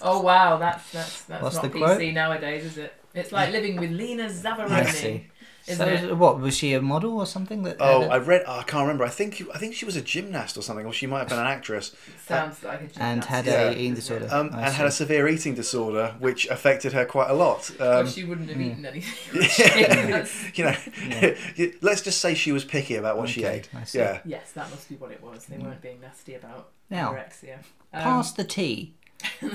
S3: Oh wow, that's that's that's
S2: What's
S3: not
S2: the
S3: PC
S2: quote?
S3: nowadays, is it? It's like living with Lena
S2: I
S3: Zavaroni.
S2: see.
S3: isn't it?
S2: So, what was she a model or something? That
S1: Oh, I read. I can't remember. I think I think she was a gymnast or something, or she might have been an actress.
S3: Sounds like a
S2: and had
S1: Yeah.
S2: a eating disorder.
S1: Um,
S2: I
S1: and had a
S2: see.
S1: severe eating disorder, which affected her quite a lot.
S3: Well,
S1: Um,
S3: she wouldn't
S2: hmm.
S3: have eaten anything. would she? That's-
S1: you know, let's just say she was picky about what she
S2: Okay,
S1: ate.
S2: I see.
S1: Yeah,
S3: yes, that must be what it was. They weren't being nasty about
S2: Hmm. Now,
S3: anorexia. Um,
S2: Pass the tea.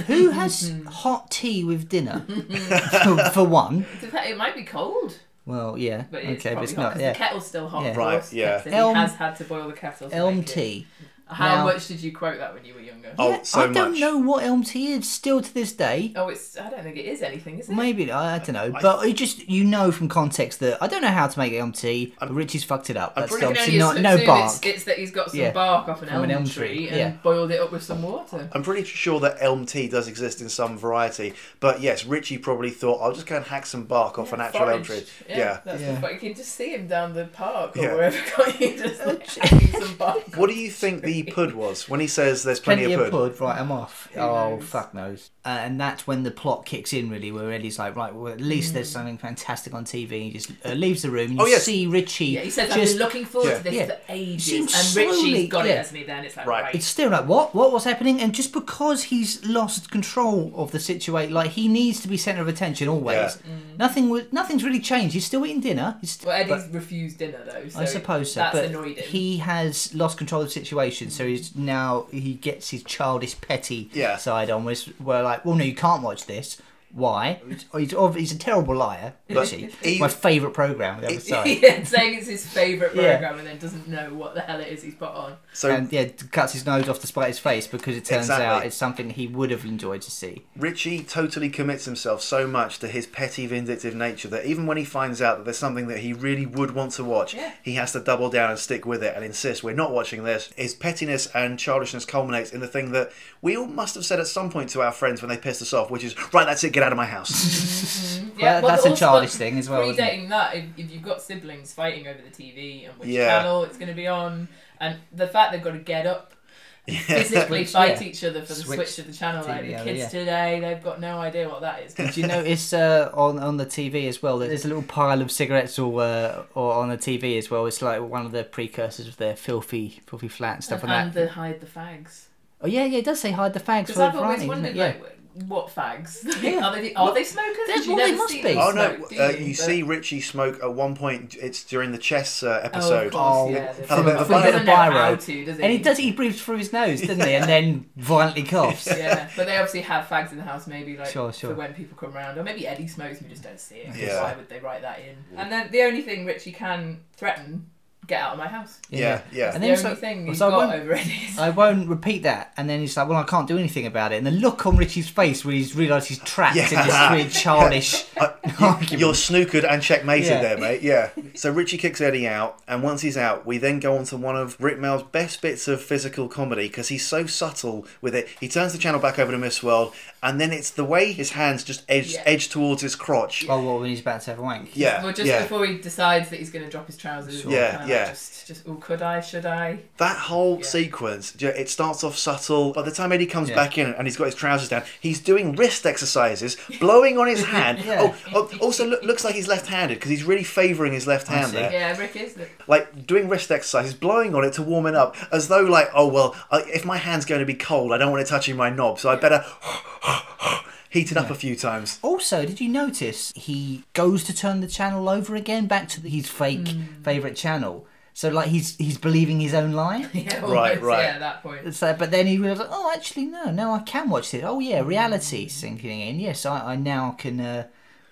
S2: Who has
S3: Hmm.
S2: hot tea with dinner? for, for one.
S3: Depe- It might be cold,
S2: Well, yeah.
S3: but it's
S2: okay, but
S3: probably
S2: it's
S3: hot
S2: not.
S3: 'cause
S2: Yeah.
S3: the kettle's still hot.
S2: Yeah.
S3: of
S1: Right,
S3: course.
S1: yeah.
S3: Kev said
S2: Elm-
S3: he has had to boil the kettle. to
S2: Elm
S3: make it.
S2: tea.
S3: How
S2: Now-
S3: much did you quote that when you were younger?
S1: Oh,
S2: Yeah,
S1: so
S2: I don't
S1: much.
S2: know what elm tea is still to this day.
S3: Oh, it's. I don't think it is anything, is it?
S2: Maybe I, I don't know, but it just you know from context that I don't know how to make elm tea. But Richie's fucked it up. That's
S1: pretty-
S3: You
S1: I
S2: still
S3: can
S1: Obviously
S3: only
S2: not,
S3: assume
S2: no bark.
S3: It's, it's that he's got some
S2: Yeah.
S3: bark off an elm,
S2: an elm
S3: tree,
S2: tree,
S3: and
S2: yeah.
S3: boiled it up with some water.
S1: I'm pretty sure that elm tea does exist in some variety. But yes, Richie probably thought I'll just go and hack some bark off an actual elm tree.
S3: Foraged.
S1: Yeah,
S3: That's
S2: Yeah.
S3: But you can just see him down the park or
S1: Yeah.
S3: wherever he just like, checking some bark.
S1: What do you think the pud was when he says there's plenty,
S2: Plenty, of
S1: pud?
S2: pud, right? I'm off. oh
S3: knows?
S2: fuck knows. Uh, and that's when the plot kicks in, really, where Eddie's like, right, well, at least
S3: Hmm.
S2: there's something fantastic on TV. And he just uh, leaves the room. And
S1: Oh,
S2: you
S1: yes.
S2: see Richie.
S3: Yeah, he says, I've
S2: just,
S3: been looking forward
S1: yeah.
S3: to this
S2: Yeah.
S3: for ages.
S2: Seems
S3: And
S2: slowly-
S3: Richie's got
S2: yeah.
S3: it, hasn't he, then? It's like,
S1: Right.
S3: right.
S2: It's still like what? What? What's happening? And just because he's lost control of the situation, like he needs to be centre of attention always.
S1: Yeah.
S2: Nothing. wa- Nothing's really changed. He's still eating dinner. He's st-
S3: Mm. well,
S2: but-
S3: Eddie's refused dinner, though. So
S2: I suppose so.
S3: That's
S2: but
S3: annoyed him.
S2: he has lost control of the situation, so he's now he gets his childish, petty
S1: Yeah.
S2: side on. Whereas we're like, well, no, you can't watch this. Why? He's, ob- he's a terrible liar. Richie.
S1: he-
S2: My favourite program. The other side.
S3: yeah, saying it's his favourite
S2: Yeah.
S3: programme and then doesn't know what the hell it is he's put on.
S1: So
S2: And yeah, cuts his nose off to spite his face because it turns
S1: Exactly.
S2: out it's something he would have enjoyed to see.
S1: Richie totally commits himself so much to his petty, vindictive nature that even when he finds out that there's something that he really would want to watch,
S3: Yeah.
S1: he has to double down and stick with it and insist we're not watching this. His pettiness and childishness culminates in the thing that we all must have said at some point to our friends when they pissed us off, which is, right, that's it, get out of my house.
S2: Well, that's a
S3: also,
S2: childish thing as well, isn't it?
S3: Predating that, if, if you've got siblings fighting over the TV and which
S1: Yeah.
S3: channel it's going to be on, and the fact they've got to get up physically fight
S2: yeah.
S3: each other for the
S2: Switch
S3: switch, of the channel, like
S2: TV,
S3: the kids
S2: yeah.
S3: today, they've got no idea what that is.
S2: Do you notice uh, on on the TV as well? There's a little pile of cigarettes or uh, or on the TV as well. It's like one of the precursors of their filthy filthy flat and stuff like
S3: and
S2: that.
S3: the hide the fags.
S2: Oh yeah, yeah, it does say hide the fags
S3: Because
S2: for
S3: I've
S2: the
S3: always
S2: variety, doesn't
S3: wondered,
S2: it? Yeah.
S3: like, what fags?
S2: Yeah.
S3: are, they, are they smokers?
S2: They're-
S3: Did you
S2: well, they
S3: never
S2: must
S3: see
S2: be.
S3: them
S1: oh no,
S3: smoke, do
S1: uh,
S3: you?
S1: you
S3: But-
S1: see Richie smoke at one point, it's during the chess uh,
S3: Oh, of
S1: episode.
S3: course,
S2: Oh,
S3: yeah.
S1: have a bit of a
S3: He doesn't know
S2: biro.
S3: how to, does he?
S2: And he does. He breathes through his nose, doesn't he? And then violently coughs.
S3: yeah, but they obviously have fags in the house, maybe like
S2: Sure, sure.
S3: for when people come round, or maybe Eddie smokes and we just don't see it. 'cause
S1: Yeah.
S3: Why would they write that in? And then the only thing Richie can threaten, get out of my house.
S1: Yeah, yeah.
S2: And
S3: The
S2: then
S3: only
S2: it's like,
S3: thing he's
S2: so I
S3: got
S2: won't-
S3: over it is
S2: I won't repeat that. And then he's like, well, I can't do anything about it. And the look on Richie's face when he's realised he's trapped in this
S1: Yeah.
S2: weird childish.
S1: you, Uh, you're snookered and checkmated
S2: Yeah.
S1: there, mate. Yeah. So Richie kicks Eddie out, and once he's out, we then go on to one of Rick Mail's best bits of physical comedy because he's so subtle with it. He turns the channel back over to Miss World, and then it's the way his hands just edge
S3: Yeah.
S1: edge towards his crotch. Yeah,
S2: oh, well, when he's about to have a wank.
S1: yeah.
S3: well, just before he decides that he's going to drop his trousers.
S2: Sure.
S1: Yeah,
S3: kinda like
S1: yeah.
S3: Just, just oh, could I? Should I?
S1: That whole
S3: Yeah.
S1: sequence, yeah, it starts off subtle. By the time Eddie comes
S2: Yeah.
S1: back in and he's got his trousers down, he's doing wrist exercises, blowing on his hand.
S2: Yeah.
S1: oh, oh, also look, looks like he's left-handed because he's really favouring his left hand
S2: see.
S1: there.
S3: Yeah, Rick is. the-
S1: like doing wrist exercises, blowing on it to warm it up, as though like, oh well, I, if my hand's going to be cold, I don't want it touching my knob, so I better heat it up a few times.
S2: Also, did you notice he goes to turn the channel over again back to his fake
S3: Hmm.
S2: favorite channel? So like he's he's believing his own lie.
S3: Yeah,
S1: Right,
S3: almost,
S1: right.
S3: Yeah, at that point.
S2: So, but then he realized, oh, actually no, no, I can watch this. Oh yeah, reality sinking in. Yes, I, I now can uh,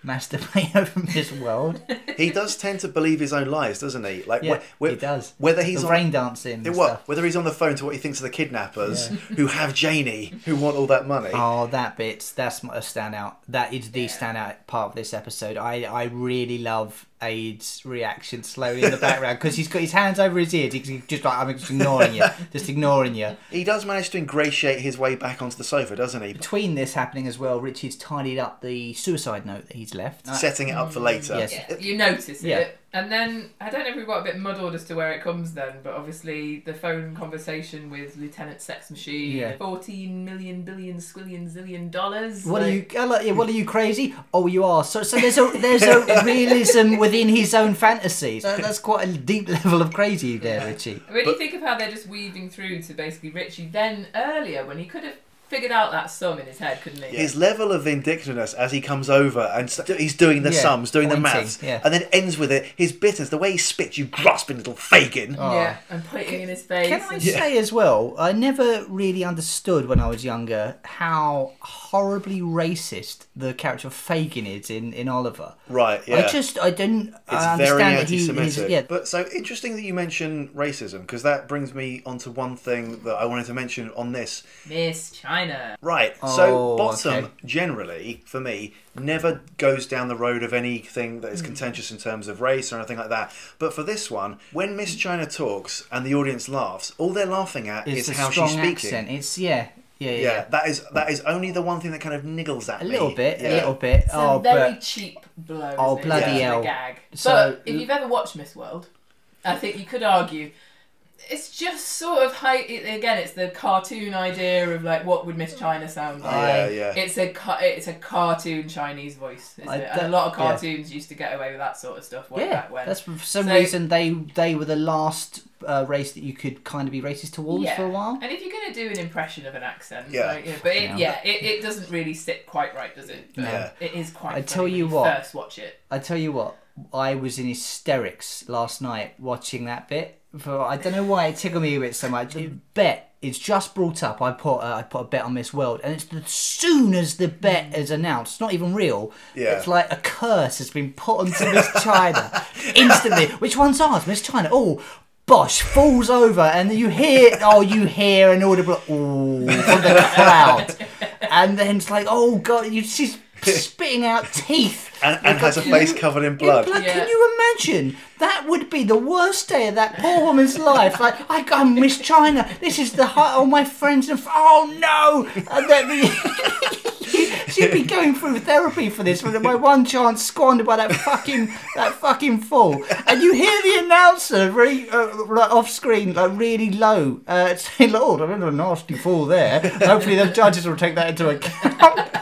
S2: masturbate over this world.
S1: He does tend to believe his own lies, doesn't he? Like,
S2: Yeah,
S1: whe- whe-
S2: he does.
S1: Whether he's
S2: the
S1: on,
S2: brain dancing. and
S1: it- what-
S2: stuff.
S1: whether he's on the phone to what he thinks of the kidnappers who have Janie, who want all that money.
S2: Oh, that bit. That's my- a standout. That is the standout part of this episode. I, I really love Aid's reaction slowly in the background because he's got his hands over his ears. He's just like, I'm just ignoring you. Just ignoring you.
S1: He does manage to ingratiate his way back onto the sofa, doesn't he?
S2: Between this happening as well, Richie's tidied up the suicide note that he he's left.
S1: setting it up for later.
S2: Yes.
S3: Yeah, you notice
S2: Yeah.
S3: it. And then I don't know if we got a bit muddled as to where it comes then, but obviously the phone conversation with Lieutenant Sex Machine,
S2: Yeah.
S3: fourteen million billion squillion zillion dollars.
S2: What are you?
S3: like-
S2: I like- yeah, What are you crazy? Oh, you are. So, so there's a there's a realism within his own fantasies. That, that's quite a deep level of crazy there, Richie.
S3: I really think of how they're just weaving through to basically Richie then earlier when he could have figured out that sum in his head, couldn't he?
S1: His level of vindictiveness as he comes over and st- he's doing the
S2: Yeah,
S1: sums, doing the
S2: pointing,
S1: maths,
S2: yeah.
S1: and then ends with it. His bitterness, the way he spits, you grasping little Fagin.
S2: Oh,
S3: Yeah, and putting in his face.
S2: Can I
S3: and-
S2: say as well? I never really understood when I was younger how horribly racist the character of Fagin is in in Oliver.
S1: Right,
S2: I
S1: yeah.
S2: just I didn't.
S1: It's
S2: I understand
S1: very
S2: that he, he's,
S1: anti-Semitic.
S2: yeah,
S1: But so interesting that you mention racism because that brings me onto one thing that I wanted to mention on this.
S3: Miss China.
S1: Right. so
S2: Oh,
S1: bottom
S2: okay.
S1: generally for me never goes down the road of anything
S2: Hmm.
S1: that is contentious in terms of race or anything like that. But for this one, when Miss China talks and the audience laughs, all they're laughing at
S2: it's
S1: is
S2: a
S1: how
S2: strong
S1: she's speaking.
S2: accent. It's yeah, yeah, yeah.
S1: Yeah,
S2: yeah.
S1: that is that is only the one thing that kind of niggles at
S2: A
S1: me.
S2: little bit,
S1: Yeah.
S2: a little bit.
S3: It's
S2: oh,
S3: a very
S2: but
S3: cheap blow.
S2: Oh,
S3: isn't it?
S2: bloody
S3: It's a
S2: hell.
S3: Gag.
S2: So-
S3: but if you've ever watched Miss World, I think you could argue it's just sort of high. It, again, it's the cartoon idea of like what would Miss China sound like.
S1: Yeah, yeah.
S3: It's a ca- it's a cartoon Chinese voice, isn't
S2: I
S3: it? And a
S2: don't-
S3: lot of
S2: yeah.
S3: cartoons used to get away with that sort of stuff way
S2: yeah,
S3: back when.
S2: that's for some
S3: So-
S2: reason they they were the last uh, race that you could kind of be racist towards for a while.
S3: And if you're going to do an impression of an accent,
S1: Yeah.
S3: like, you know, but it,
S2: Yeah.
S3: yeah, it, it doesn't really sit quite right, does it? But
S1: No.
S3: It is quite.
S2: I
S3: funny
S2: tell
S3: when
S2: you what.
S3: First watch it.
S2: I tell you what, I was in hysterics last night watching that bit. For I don't know why it tickled me a bit so much. The bet it's just brought up. I put uh, I put a bet on Miss World, and it's as soon as the bet is announced, it's not even real.
S1: Yeah.
S2: It's like a curse has been put onto Miss China instantly. Which one's ours, Miss China? Oh. Bosh falls over, and you hear oh, you hear an audible "ooh" from the crowd, and then it's like oh god, you she's spitting out teeth,
S1: And, and has a face covered in blood.
S2: in blood.
S3: Yeah.
S2: Can you imagine? That would be the worst day of that poor woman's life. Like, I, I miss China. This is the height. All my friends and f- oh no! And then the- she'd be going through therapy for this. But my one chance squandered by that fucking that fucking fall. And you hear the announcer very uh, like off screen, like really low, uh, saying, "Lord, I remember a nasty fall there." Hopefully, the judges will take that into account.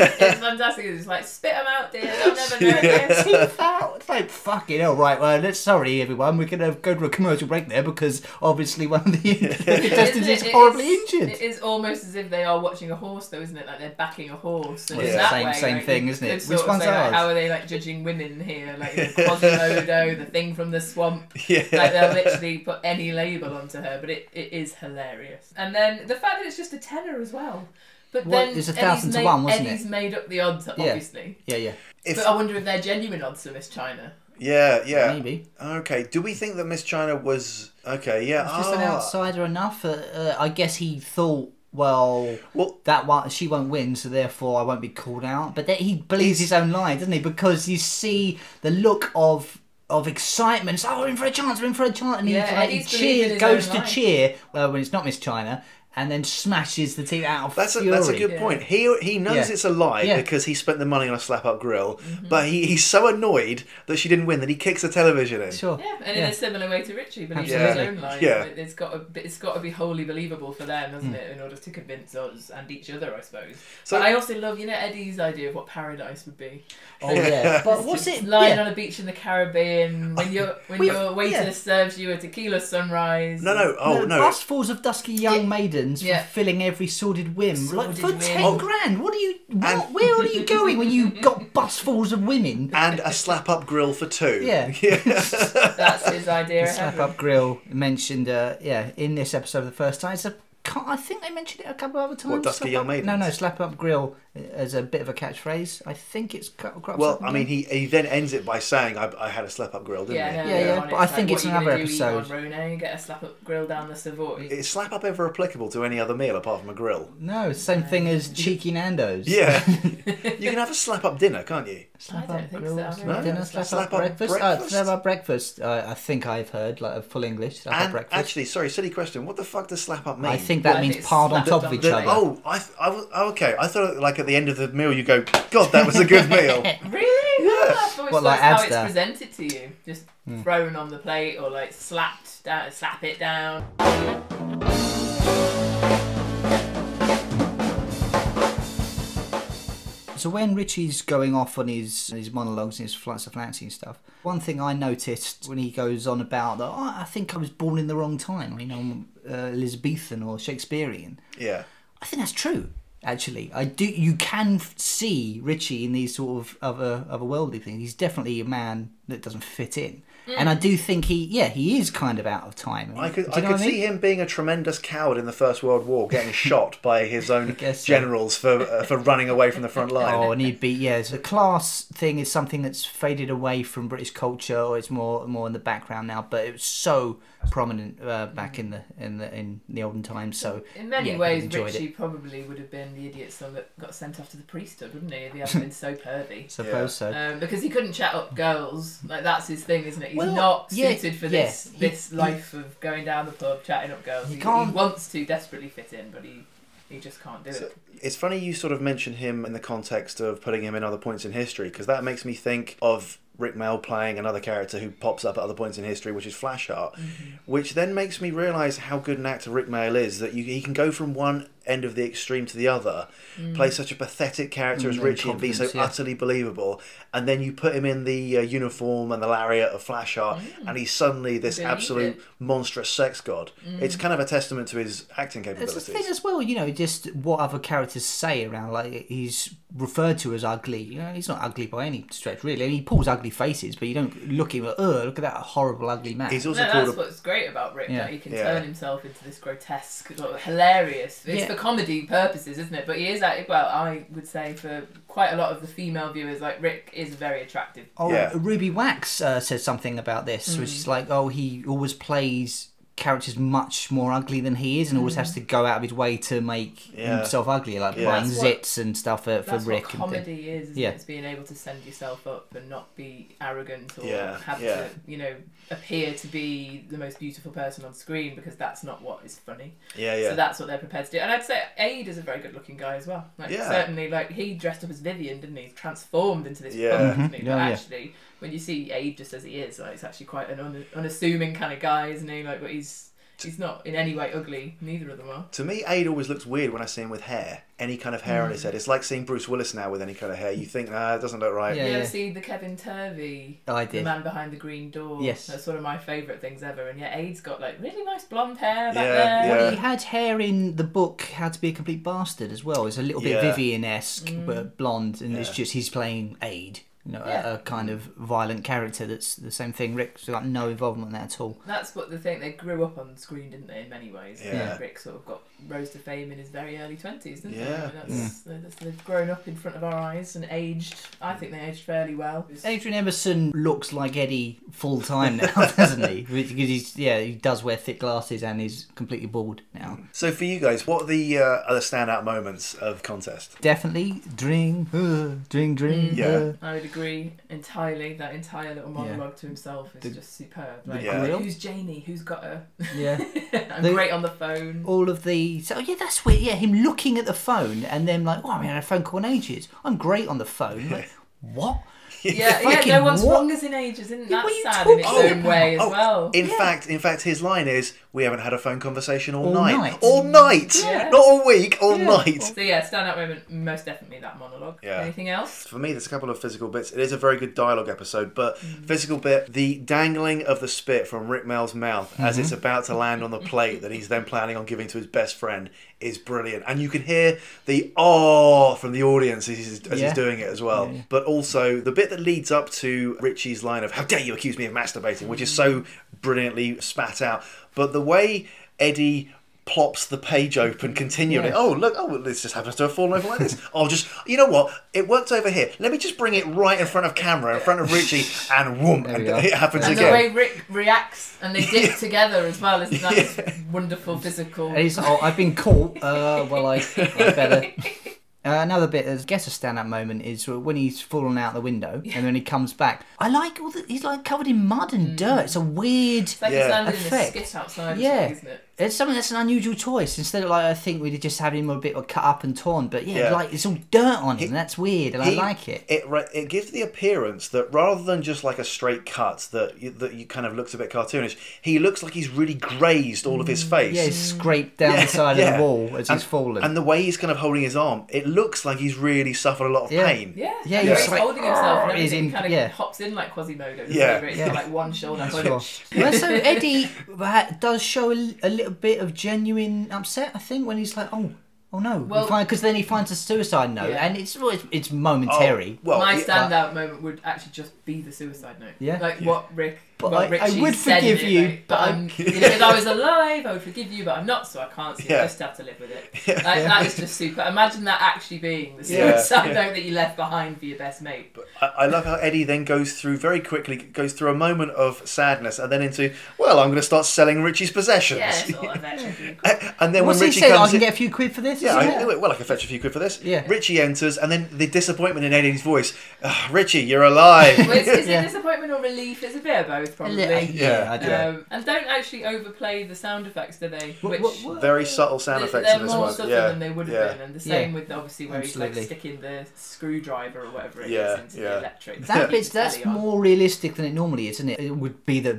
S3: It's fantastic. It's just like spit them out, dear. They'll never know.
S2: Yeah, teeth out. It's like fucking hell. Right, well, let's sorry everyone. We're gonna go to a commercial break there because obviously one of the
S3: Isn't
S2: contestants
S3: it-
S2: is
S3: it
S2: horribly
S3: is-
S2: injured.
S3: It is almost as if they are watching a horse, though, isn't it? Like they're backing a horse. And
S2: Well,
S3: in
S2: it's the
S3: that
S2: same-
S3: way,
S2: same
S3: like,
S2: thing,
S3: you
S2: isn't it?
S3: could
S2: Which
S3: sort of
S2: one's
S3: say, like,
S2: ours?
S3: how are they like judging women here? Like you know, Quasimodo, the thing from the swamp.
S1: Yeah.
S3: Like they'll literally put any label onto her, but it, it is hilarious. And then the fact that it's just a tenor as well. But
S2: Well,
S3: then
S2: it's a
S3: Eddie's
S2: thousand to
S3: made,
S2: one, wasn't it?
S3: Eddie's made up the odds, obviously.
S2: Yeah, yeah.
S1: If-
S3: But I wonder if they're genuine odds for Miss China.
S1: yeah, yeah.
S2: Maybe.
S1: Okay. Do we think that Miss China was okay? Yeah.
S2: Just
S3: Oh.
S2: an
S1: ah,
S2: outsider enough. Uh, uh, I guess he thought. Well,
S1: Well-
S2: that one she won't win, so therefore I won't be called out. But then he believes his own lie, doesn't he? Because you see the look of of excitement. It's, oh, we're in for a chance. We're in for a chance, and
S3: Yeah,
S2: he, like, he
S3: he's believing
S2: cheers,
S3: his
S2: goes
S3: own
S2: to
S3: lie.
S2: cheer uh, when it's not Miss China, and then smashes the team out of
S1: That's a,
S2: fury.
S1: that's a good point. He he knows
S2: Yeah.
S1: it's a lie
S2: Yeah.
S1: because he spent the money on a slap up grill, but he, he's so annoyed that she didn't win that he kicks the television in.
S2: Sure.
S3: Yeah, and in a similar way to Richie, believes in his
S1: Absolutely.
S3: own line.
S1: Yeah.
S3: It- It's got to, it's got to be wholly believable for them, doesn't it, in order to convince us and each other, I suppose.
S1: So-
S3: So but I also love, you know, Eddie's idea of what paradise would be.
S2: Oh yeah. But what's
S3: Just
S2: it?
S3: lying
S2: yeah.
S3: on a beach in the Caribbean when your when
S2: we-
S3: your waiter
S2: yeah.
S3: serves you a tequila sunrise.
S1: No, no. Oh
S2: No,
S1: no.
S2: Bustfuls of dusky young maidens
S3: Yeah.
S2: fulfilling every sordid whim. like
S3: Sordid
S2: for
S3: whim.
S2: ten
S3: Oh.
S2: grand, what are you? What, where are you going when you've got busfuls of women?
S1: And a slap up grill for two.
S2: Yeah.
S3: That's his idea. of
S2: Slap
S3: heaven.
S2: Up Grill mentioned, uh, yeah, in this episode of the first time. It's a, can't- I think they mentioned it a couple of other times.
S1: Dusky
S2: Slap
S1: Young
S2: Up-
S1: Maidens?
S2: No, no, Slap Up Grill uh, as a bit of a catchphrase. I think it's cut. crops
S1: Well,
S2: up
S1: I mean, he, he then ends it by saying, "I, I had a slap up grill, didn't
S3: Yeah,
S1: he?"
S3: no,
S2: Yeah,
S3: no,
S2: yeah,
S3: on
S2: but
S3: it's
S2: I think
S3: like,
S2: it's
S3: what are you
S2: another
S3: gonna do, eat
S2: episode.
S3: on Rhone? get a slap up grill down the Savoy.
S1: Is slap up ever applicable to any other meal apart from a grill?
S2: no, same thing as Cheeky Nando's.
S1: Yeah. you can have a slap up dinner, can't you?
S3: I don't think
S2: Grill,
S3: so.
S2: slap up dinner, slap,
S1: Slap
S2: up
S1: up
S2: breakfast.
S1: breakfast?
S2: Uh, slap up breakfast. Uh, I think I've heard like a full English slap up
S1: And
S2: breakfast.
S1: actually, sorry, silly question. What the fuck does slap up mean?
S2: I think that
S3: Well, I
S2: means
S3: think it's
S2: piled on
S3: slapped
S2: top
S3: on
S2: of each
S3: the
S1: That-
S2: other.
S1: oh, I, th- I was oh, okay. I thought like at the end of the meal, you go, God, that was a good meal.
S3: Really? Yeah. That's always
S2: What, like Hmm.
S3: like how it's
S2: Asda?
S3: presented to you, just thrown on the plate or like slapped down, slap it down.
S2: So when Richie's going off on his his monologues and his flights of fancy and stuff, one thing I noticed when he goes on about that, oh, I think I was born in the wrong time. You know, I'm uh, Elizabethan or Shakespearean.
S1: Yeah.
S2: I think that's true. Actually, I do. You can f- see Richie in these sort of other otherworldly things. He's definitely a man that doesn't fit in, and I do think he, yeah, he is kind of out of time.
S1: I
S2: Do
S1: could,
S2: you
S1: I
S2: know
S1: could
S2: what
S1: see him being a tremendous coward in the First World War, getting shot by his own
S2: guess so.
S1: generals for uh, for running away from the front line.
S2: Oh, and he'd be yeah. So the class thing is something that's faded away from British culture, or it's more more in the background now. But it was so prominent uh, back in the in the in the olden times. So
S3: In many
S2: yeah, he
S3: ways,
S2: enjoyed
S3: Richie
S2: it.
S3: probably would have been the idiot son that got sent off to the priesthood, wouldn't he? If he hadn't been so pervy.
S2: Suppose so.
S3: Um, because he couldn't chat up girls, like that's his thing, isn't it? He's
S2: Well,
S3: not
S2: yeah,
S3: suited for
S2: yeah.
S3: this
S2: He-
S3: this life of going down the pub, chatting up girls. He, he
S2: can't-
S3: wants to desperately fit in, but he he just can't do it.
S1: It's funny you sort of mention him in the context of putting him in other points in history because that makes me think of Rick Mell playing another character who pops up at other points in history, which is Flashheart, which then makes me realise how good an actor Rick Mell is that you, he can go from one end of the extreme to the other, play such a pathetic character as
S2: then
S1: Richie and be so
S2: confidence, yeah.
S1: utterly believable, and then you put him in the uh, uniform and the lariat of Flashheart, and he's suddenly this
S3: Believe
S1: absolute
S3: it.
S1: monstrous sex god. It's kind of a testament to his acting
S2: It's
S1: capabilities.
S2: the thing as well, you know, just what other characters say around. Like he's referred to as ugly. You know, he's not ugly by any stretch, really. I mean, he pulls ugly faces, but you don't look at him. Oh, look at that horrible ugly man.
S1: He's also
S3: No,
S1: called
S3: that's
S1: a
S3: what's great about Rick
S2: Yeah.
S3: that he can
S1: Yeah.
S3: turn himself into this grotesque, sort of hilarious. It's
S2: Yeah.
S3: for comedy purposes, isn't it? But he is like, well, I would say for quite a lot of the female viewers, like Rick is very attractive.
S2: Oh,
S1: Yeah.
S2: Ruby Wax uh, says something about this, which
S3: Mm.
S2: is like, oh, he always plays characters much more ugly than he is, and always
S3: Mm.
S2: has to go out of his way to make
S1: Yeah.
S2: himself ugly, like playing
S3: That's what-
S2: zits and stuff for, for
S3: That's
S2: Rick.
S3: what
S2: and things.
S3: comedy is, isn't
S2: Yeah.
S3: it? It's being able to send yourself up and not be arrogant or
S1: Yeah,
S3: have
S1: yeah.
S3: to, you know, appear to be the most beautiful person on screen because that's not what is funny.
S1: Yeah, yeah.
S3: So that's what they're prepared to do. And I'd say Aid is a very good looking guy as well. Like
S1: Yeah.
S3: certainly like he dressed up as Vivian, didn't he? Transformed into this
S1: Yeah.
S3: punk, didn't he?
S2: Mhm.
S3: But
S2: Yeah, yeah.
S3: actually when you see Aid just as he is, like it's actually quite an un- unassuming kind of guy, isn't he? Like but he's he's not in any way ugly, neither of them are.
S1: To me, Aid always looks weird when I see him with hair. Any kind of hair on his head. It's like seeing Bruce Willis now with any kind of hair. You think, nah, it doesn't look right.
S2: Yeah,
S3: you
S2: yeah. Oh,
S3: ever see the Kevin Turvey?
S2: I
S3: The
S2: did.
S3: man behind the green door.
S2: Yes.
S3: that's one of my favourite things ever. And yet, Aid's got like really nice blonde hair back
S1: Yeah,
S3: there.
S1: yeah.
S2: He had hair in the book How to Be a Complete Bastard as well. It's a little bit
S1: Yeah.
S2: Vivian esque, but blonde, and it's just he's playing Aid. You know, a-
S3: Yeah.
S2: a, kind of violent character that's the same thing. Rick's got no involvement in that at all.
S3: That's what the thing they grew up on screen, didn't they? In many ways,
S1: Yeah.
S3: Rick sort of got rose to fame in his very early twenties, didn't
S1: Yeah.
S3: they?
S2: Mm.
S3: And that's, that's they've grown up in front of our eyes and aged. I think they aged fairly well.
S2: Adrian Emerson looks like Eddie full time now, doesn't he? Because he's yeah, he does wear thick glasses and he's completely bald now.
S1: So for you guys, what are the uh, other standout moments of contest?
S2: Definitely drink, uh, drink, drink.
S1: Yeah.
S2: uh.
S3: I would agree entirely. That entire little monologue to himself is
S2: The-
S3: just superb. Like,
S1: Yeah.
S2: grill?
S3: who's Janie? Who's got her?
S2: yeah.
S3: I'm
S2: The-
S3: great on the phone.
S2: All of the so oh, yeah, that's weird. Yeah, him looking at the phone and then like, oh, I haven't had a phone call in ages. I'm great on the phone. Like, what?
S3: Yeah,
S2: Fucking
S3: yeah, no one's
S2: what?
S3: wrong as in ages, isn't
S2: Yeah,
S3: that
S2: what are you
S3: sad in its
S2: talking
S3: own
S2: about?
S3: way as
S1: Oh,
S3: well?
S1: In fact, in fact, his line is, "We haven't had a phone conversation all,
S2: All
S1: night.
S2: night.
S1: all night,
S3: Yeah.
S1: not all week, all night."
S3: so yeah, standout moment, most definitely that monologue.
S1: Yeah.
S3: Anything else?
S1: For me, there's a couple of physical bits. It is a very good dialogue episode, but physical bit, the dangling of the spit from Rick Mel's mouth as it's about to land on the plate that he's then planning on giving to his best friend is brilliant. And you can hear the oh from the audience as he's, as
S2: Yeah.
S1: he's doing it as well. But also the bit that leads up to Richie's line of, How dare you accuse me of masturbating, which is so brilliantly spat out. But the way Eddie plops the page open continually.
S2: Yeah.
S1: Oh, look, oh, well, this just happens to have fallen over like this. I'll just, you know what? It worked over here. Let me just bring it right in front of camera, in front of Richie, and whoom, and
S2: we are.
S1: it happens
S3: And the
S1: again.
S3: way Rick reacts and they dip together as well, isn't that just wonderful physical?
S2: And he's oh, I've been caught. Uh, well, I, I better. Uh, another bit, I guess a stand-up moment is when he's fallen out the window and then he comes back. I like all the, he's like covered in mud and dirt. It's a weird.
S3: Mm. It's like
S1: Yeah.
S3: he's landed
S2: Effect.
S3: in a skit outside, or
S2: Yeah,
S3: something, isn't it?
S2: it's something that's an unusual choice. Instead of like, I think we'd just have him a bit cut up and torn, but yeah,
S1: Yeah.
S2: like it's all dirt on him. that's weird, and
S1: He-
S2: I like it.
S1: It re- it gives the appearance that rather than just like a straight cut that you, that you kind of looks a bit cartoonish, he looks like he's really grazed all of his face.
S2: Yeah, he's scraped down
S1: Yeah,
S2: the side of
S1: yeah.
S2: the wall as
S1: and,
S2: he's fallen.
S1: And the way he's kind of holding his arm, it looks like he's really suffered a lot of
S2: Yeah.
S1: pain.
S3: Yeah,
S2: Yeah,
S3: Where
S2: he's
S3: he's
S2: like,
S3: holding himself and
S2: "Argh," he's
S3: everything.
S2: in-
S3: kind of
S2: yeah.
S3: hops in like Quasimodo.
S1: Yeah.
S3: Yeah, it's got like one shoulder. like,
S2: Sure. Well, so Eddie ha- does show a, a little bit of genuine upset, I think, when he's like, "Oh, oh no,"
S3: Well-
S2: because then he finds a suicide note,
S3: Yeah.
S2: and it's well, it's, it's
S1: Oh,
S2: momentary.
S1: well,
S3: My
S1: yeah,
S3: standout moment would actually just be the suicide note.
S2: Yeah.
S3: Like what Rick.
S2: But
S3: what
S2: I-
S3: Richie
S2: I would
S3: said in
S2: forgive
S3: it,
S2: you,
S3: like,
S2: but
S3: but
S2: I-
S3: I'm, you know, if I was alive, I would forgive you, but I'm not, so I can't. So
S1: Yeah.
S3: I just have to live with it. Like, That is just super. Imagine that actually being the
S1: Yeah.
S3: suicide
S1: Yeah.
S3: note that you left behind for your best mate.
S1: I, I love how Eddie then goes through very quickly, goes through a moment of sadness and then into, well, I'm going to start selling Richie's possessions.
S3: yeah, sort of eventually.
S1: And then
S2: What's
S1: when
S2: he
S1: Richie
S2: said? I
S1: comes
S2: can
S1: in,
S2: get a few quid for this.
S1: Yeah,
S2: Isn't
S1: I,
S2: it?
S1: well, I can fetch a few quid for this.
S2: Yeah.
S1: Richie enters, and then the disappointment in Eddie's voice. "Ugh, Richie, you're alive.
S3: Well, it's, it's
S2: Yeah.
S3: a disappointment or relief. It's a bit of both,
S2: A
S3: probably.
S2: little- yeah, I do.
S3: Um, and don't actually overplay the sound effects, do they? Which
S2: what- what-
S1: Very subtle sound
S3: th-
S1: effects
S3: they're
S1: in this
S3: more
S1: one.
S3: subtle
S1: yeah.
S3: than they would have
S1: yeah.
S3: been, and the same with obviously where
S2: Absolutely.
S3: he's like sticking the screwdriver or whatever it is
S1: Yeah,
S3: into
S1: yeah.
S3: the electric.
S2: That
S3: to keep
S2: bit's
S3: the
S2: that's
S3: telly on.
S2: more realistic than it normally is, isn't it? It would be the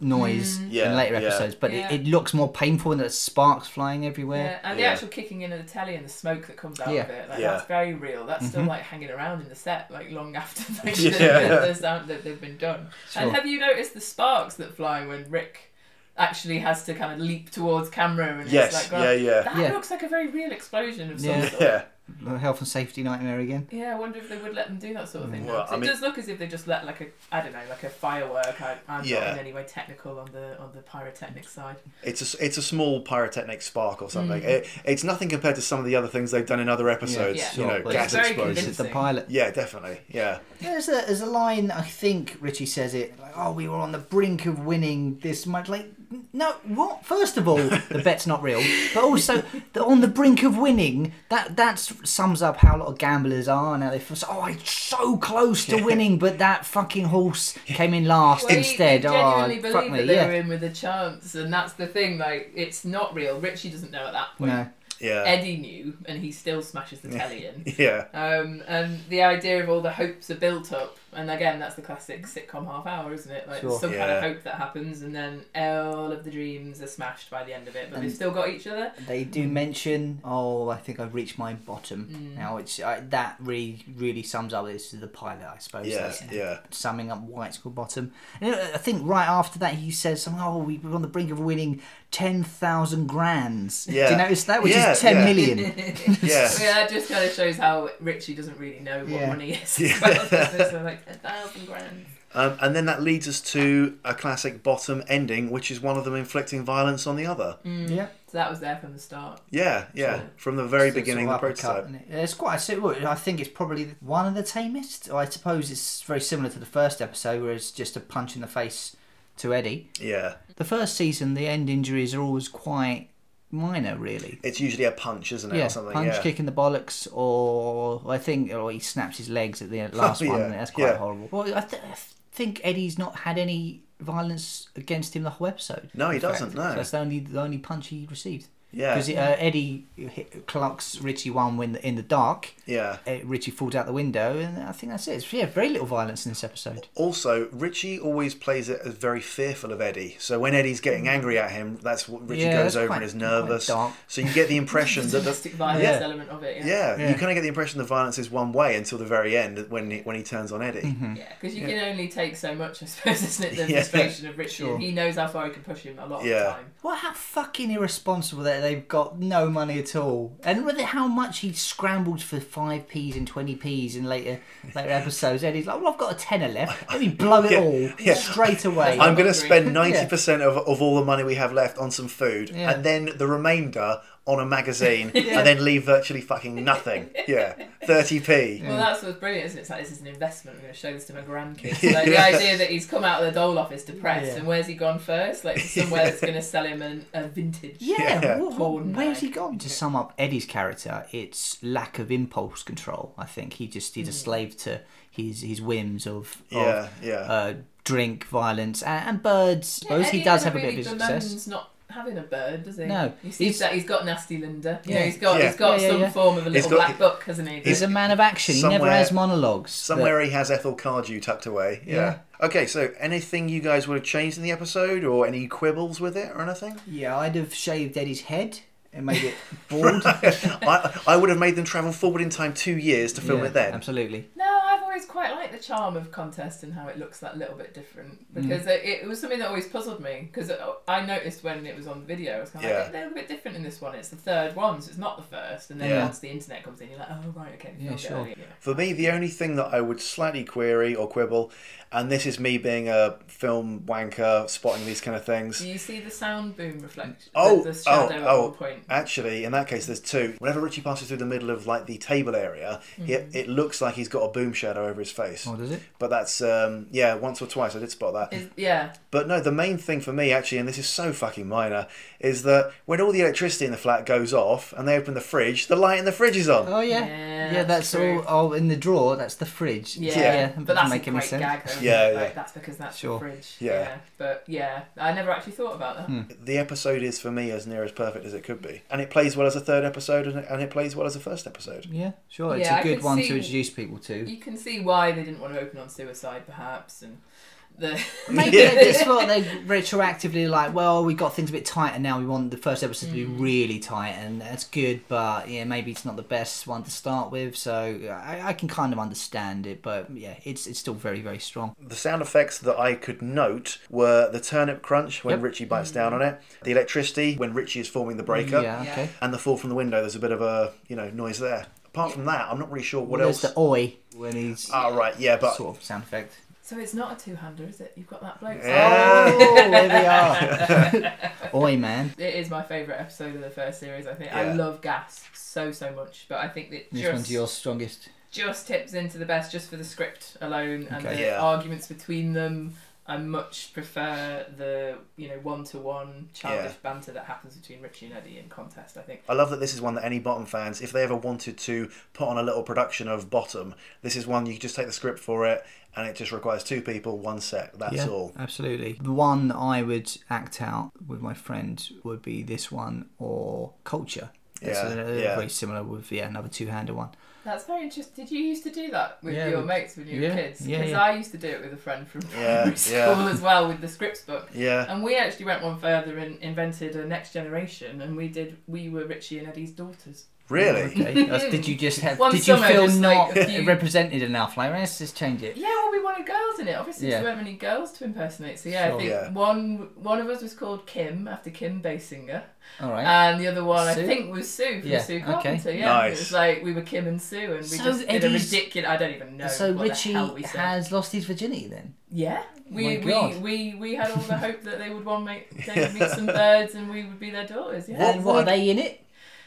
S2: noise
S1: Yeah,
S2: in later
S1: yeah.
S2: episodes, but
S3: Yeah.
S2: it, it looks more painful and there's sparks flying
S3: Yeah,
S2: everywhere.
S3: and
S1: Yeah.
S3: the actual kicking in of the telly and the smoke that comes out
S2: Yeah. Mm-hmm.
S3: of it, like
S1: Yeah.
S3: that's very real. That's still like hanging around in the set, like long after like, the,
S1: Yeah.
S3: the sound that they've been done.
S2: Sure.
S3: And have you noticed the sparks that fly when Rick actually has to kind of leap towards camera and
S1: Yes,
S3: it's like, God,
S1: yeah, yeah.
S3: that
S2: Yeah.
S3: looks like a very real explosion of some
S2: Yeah.
S3: sort.
S1: Yeah.
S2: A Health and safety nightmare again.
S3: Yeah, I wonder if they would let them do that sort of thing. now,
S1: Well,
S3: 'cause
S1: I
S3: it
S1: mean-
S3: does look as if they just let like a I don't know like a firework. I, I'm
S1: Yeah.
S3: not in any way technical on the on the pyrotechnic side.
S1: It's a, it's a small pyrotechnic spark or
S2: Mm.
S1: something. It, it's nothing compared to some of the other things they've done in other episodes.
S3: Yeah.
S1: You know,
S2: Sure, but
S1: gas
S2: it's
S3: very
S1: explosions.
S2: Is it the
S3: Interesting.
S2: pilot?
S1: Yeah, definitely. Yeah.
S2: There's a there's a line I think Richie says it like oh we were on the brink of winning this much like no what first of all the bet's not real but also the, on the brink of winning that that sums up how a lot of gamblers are now they feel so, oh I'm so close to winning but that fucking horse came in last
S3: Well, you-
S2: instead
S3: you
S2: oh
S3: genuinely
S2: fuck
S3: believe
S2: me
S3: that they
S2: yeah
S3: were in with a chance, and that's the thing. Like, it's not real. Richie doesn't know at that point.
S2: no
S1: Yeah.
S3: Eddie knew, and he still smashes the telly in.
S1: Yeah.
S3: Um, and the idea of all the hopes are built up, and again, that's the classic sitcom half hour, isn't it? Like
S2: Sure.
S3: some kind
S1: Yeah.
S3: of hope that happens, and then all of the dreams are smashed by the end of it. But they've still got each other.
S2: They do
S1: Mm.
S2: mention, oh, I think I've reached my bottom
S3: Mm.
S2: now. It's I, that really really sums up. This is the pilot, I suppose.
S1: Yeah,
S2: That's
S1: yeah.
S2: Summing up why it's called bottom. And uh, I think right after that he says something. Oh, we were on the brink of winning ten thousand grands. Do
S1: Yeah.
S2: you notice that? Which
S1: Yeah,
S2: is ten
S1: yeah.
S2: million.
S1: Yeah.
S3: Yeah, that just kind of shows how Richie doesn't really know what
S2: Yeah.
S3: money is. as well, doesn't it? so like a thousand grand.
S1: Um, and then that leads us to a classic bottom ending, which is one of them inflicting violence on the other.
S2: Yeah.
S3: So that was there from the start.
S1: Yeah, yeah. From the very beginning,
S2: sort
S1: the
S2: of uppercut,
S1: prototype.
S2: isn't it? It's quite a si- well, I think it's probably the- one of the tamest. I suppose it's very similar to the first episode, where it's just a punch in the face to Eddie.
S1: Yeah.
S2: The first season, the end injuries are always quite minor, really.
S1: It's usually a punch, isn't it?
S2: Yeah,
S1: or something.
S2: punch
S1: yeah.
S2: kick in the bollocks, or I think, or he snaps his legs at the last
S1: yeah,
S2: one. and That's quite
S1: yeah.
S2: horrible. Well, I, th- I think Eddie's not had any violence against him the whole episode.
S1: No, he
S2: in fact.
S1: doesn't, no.
S2: So that's the only the only punch he received.
S1: Yeah.
S2: because uh, Eddie hit, clocks Richie one when in the dark.
S1: Yeah.
S2: Uh, Richie falls out the window, and I think that's it. It's, yeah, very little violence in this episode.
S1: Also, Richie always plays it as very fearful of Eddie. So when Eddie's getting angry at him, that's what Richie
S2: Mm. Yeah,
S1: goes
S2: that's
S1: over
S2: quite-
S1: and is nervous.
S2: quite dark.
S1: So you get the impression that the
S3: Domestic violence
S2: Yeah.
S3: element of it.
S1: yeah,
S2: Yeah.
S1: you kind of get the impression the violence is one way until the very end when he, when he turns on Eddie.
S2: Mm-hmm.
S3: Yeah,
S2: Mm.
S3: because you can only take so much, I suppose, isn't it? The
S1: Yeah.
S3: frustration of Richie. and He knows how far he can push him a lot
S1: Yeah.
S3: of the time.
S2: Well, how fucking irresponsible that they've got no money at all, and with it, how much he scrambled for five p's and twenty p's in later later episodes. Eddie's like, "Well, I've got a tenner left. Let me blow it all
S1: yeah.
S2: straight away."
S1: I'm going to
S3: hungry.
S1: spend 90% of, of all the money we have left on some food
S2: Yeah.
S1: and then the remainder on a magazine and then leave virtually fucking nothing. Yeah, 30p.
S2: Mm.
S3: Well, that's what's brilliant, isn't it? It's like this is an investment. I'm going to show this to my grandkids. So, like the idea that he's come out of the dole office depressed,
S2: Yeah.
S3: and where's he gone first? Like somewhere that's going to sell him an, a vintage.
S2: Yeah,
S1: Yeah.
S2: what- what-
S3: Born
S2: where's
S3: guy.
S2: he gone? To sum up Eddie's character, it's lack of impulse control. I think he just
S3: Hmm.
S2: he's a slave to his his whims of, of
S1: Yeah, yeah.
S2: Uh, drink, violence, and, and birds. I
S3: Yeah,
S2: suppose he
S3: Eddie
S2: does have
S3: never
S2: a bit of
S3: really
S2: his
S3: bemoans
S2: success.
S3: Not having a bird, does he?
S2: No.
S3: He sees
S2: He's-
S3: that he's got nasty Linda. You
S2: Yeah.
S3: know, he's got
S1: Yeah.
S3: he's got
S2: Yeah, yeah,
S3: some
S2: yeah.
S3: form of a little
S1: got-
S3: black book, hasn't he?
S2: He's a man of action. He never
S1: Somewhere-
S2: has monologues. that-
S1: Somewhere he has Ethel Cardew tucked away. Yeah. Okay, so anything you guys would have changed in the episode or any quibbles with it or anything?
S2: Yeah, I'd have shaved Eddie's head and made it bald.
S1: I, I would have made them travel forward in time two years to film
S2: Yeah,
S1: it then.
S2: Absolutely.
S3: No, I've always quite liked the charm of contest and how it looks that little bit different
S1: Mm.
S3: because it, it was something that always puzzled me because I noticed when it was on video, I was kind of
S1: Yeah.
S3: like, they look a bit different in this one. It's the third one, so it's not the first. And then
S1: Yeah.
S3: once the internet comes in, you're like, oh right, okay,
S2: Yeah,
S3: filmed it
S2: sure.
S3: early. Yeah.
S1: For me, the only thing that I would slightly query or quibble, and this is me being a film wanker, spotting these kind of things.
S3: Do you see the sound boom reflection?
S1: Oh,
S3: the, the shadow
S1: oh,
S3: at
S1: oh.
S3: one point.
S1: Actually, in that case, there's two. Whenever Richie passes through the middle of like the table area,
S3: Mm-hmm.
S1: it, it looks like he's got a boom shadow over his face.
S2: Oh, does it?
S1: But that's um, yeah, once or twice I did spot that.
S3: Is, yeah,
S1: But no, the main thing for me actually, and this is so fucking minor, is that when all the electricity in the flat goes off and they open the fridge, the light in the fridge is on.
S2: Oh yeah.
S3: Yeah,
S2: that's
S3: that's true.
S2: all. Oh, in the drawer, that's the fridge.
S3: Yeah,
S2: that doesn't
S3: but that's a
S2: make any
S3: great
S2: sense.
S3: gag. Though, isn't
S1: Yeah,
S3: it? Like,
S1: yeah.
S3: that's because that's
S2: Sure.
S3: the fridge.
S1: Yeah.
S3: but yeah, I never actually thought about that.
S2: Hmm.
S1: The episode is for me as near as perfect as it could be, and it plays well as a third episode, and it, and it plays well as a first episode.
S2: Yeah, sure. It's
S3: Yeah,
S2: a
S3: I
S2: good
S3: could
S2: one
S3: see-
S2: to introduce people to.
S3: You can see why they didn't want to open on suicide, perhaps, and the
S2: Maybe they just thought they retroactively like, well, we got things a bit tighter now. We want the first episode to be
S3: Mm.
S2: really tight, and that's good. But yeah, maybe it's not the best one to start with. So I, I can kind of understand it, but yeah, it's it's still very very strong.
S1: The sound effects that I could note were the turnip crunch when
S2: Yep.
S1: Richie bites down on it, the electricity when Richie is forming the breaker,
S2: Yeah.
S3: Yeah.
S2: Okay.
S1: and the fall from the window. There's a bit of a you know noise there. Apart from that, I'm not really sure what
S2: Well,
S1: else.
S2: There's the oi when he's
S1: Ah, right, yeah, but
S2: sort of sound effect.
S3: So it's not a two-hander, is it? You've got that bloke.
S1: Yeah.
S2: Oh, there we are. oi, man.
S3: It is my favourite episode of the first series. I think
S1: Yeah.
S3: I love Gas so so much, but I think that
S2: This
S3: just
S2: one's your strongest.
S3: just tips into the best just for the script alone and
S2: Okay.
S3: the
S1: Yeah.
S3: arguments between them. I much prefer the you know one to one childish banter that happens between Richie and Eddie in contest. I think.
S1: I love that this is one that any Bottom fans, if they ever wanted to put on a little production of Bottom, this is one you just take the script for it, and it just requires two people, one set. That's all.
S2: Absolutely. The one I would act out with my friend would be this one or Culture. It's
S1: Yeah,
S2: a-
S1: yeah.
S2: very similar with yeah another two-hander one.
S3: That's very interesting. Did you used to do that with
S2: Yeah,
S3: your
S2: with-
S3: mates when you were
S2: yeah,
S3: kids?
S2: yeah,
S3: Because
S2: yeah.
S3: I used to do it with a friend from
S1: Yeah,
S3: primary school
S1: yeah.
S3: as well with the scripts book.
S1: Yeah.
S3: And we actually went one further and invented a next generation, and we did. We were Richie and Eddie's daughters.
S1: Really?
S2: Okay. That's- did you just have?
S3: One
S2: did you
S3: summer,
S2: feel
S3: just
S2: not
S3: like a few-
S2: represented enough? Like let's just change it.
S3: Yeah, well, we wanted girls in it. Obviously,
S2: Yeah.
S3: there weren't many girls to impersonate. So yeah,
S2: Sure.
S3: I think
S1: Yeah.
S3: one one of us was called Kim after Kim Basinger,
S2: All right.
S3: and the other one
S2: Sue?
S3: I think was Sue from
S2: Yeah,
S3: Sue
S2: okay.
S3: Carpenter. Yeah,
S1: Nice.
S3: it was like we were Kim and Sue, and we
S2: So
S3: just did a
S2: Eddie's-
S3: ridiculous. I don't even know.
S2: so
S3: what
S2: Richie
S3: the hell we said.
S2: has lost his virginity then.
S3: Yeah,
S2: My
S3: we
S2: God.
S3: we, we we had all the hope that they would one make they would meet some birds and we would be their daughters. Yeah,
S2: and what are they in it?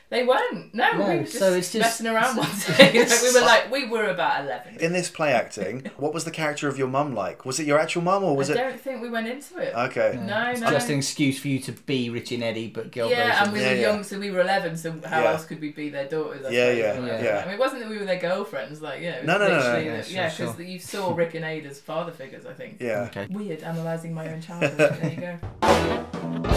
S3: they weren't. No,
S2: No,
S3: we were just,
S2: so it's just-
S3: messing around one day. Like, we were like we were about eleven.
S1: In this play acting, what was the character of your mum like? Was it your actual mum or was
S3: I
S1: it?
S3: don't think we went into it.
S1: Okay.
S3: no, no.
S2: Just an excuse for you to be Richie and Eddie, but girl
S3: yeah, and
S2: version.
S3: we
S1: Yeah,
S3: were
S1: yeah.
S3: young, so we were eleven. So how
S1: Yeah.
S3: else could we be their daughters? I
S1: Yeah,
S3: suppose,
S1: yeah,
S3: or whatever.
S1: yeah.
S3: I mean, it wasn't that we were their girlfriends. Like yeah, it was
S1: No, no, no, no,
S3: literally
S2: no.
S3: that-
S2: Yeah,
S3: yeah,
S2: sure,
S3: because you saw Rick and Ada's father figures. I think.
S1: Yeah.
S2: Okay.
S3: Weird, analysing my own childhood. there you go.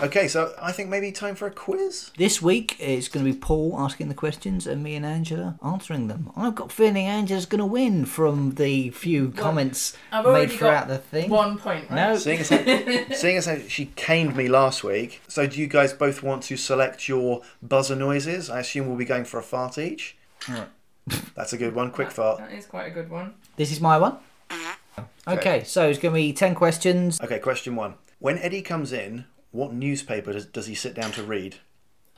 S1: Okay, so I think maybe time for a quiz.
S2: This week it's going to be Paul asking the questions and me and Angela answering them. I've got a feeling Angela's going to win from the few comments
S3: I've
S2: made
S3: already
S2: throughout
S3: got
S2: the thing.
S3: One point, right?
S2: No,
S1: Seeing as, how, seeing as how she caned me last week, so do you guys both want to select your buzzer noises? I assume we'll be going for a fart each.
S2: Alright.
S1: That's a good one. Quick fart.
S3: That is quite a good one.
S2: this is my one. Okay, so it's going to be ten questions.
S1: Okay, question one. When Eddie comes in, what newspaper does, does he sit down to read?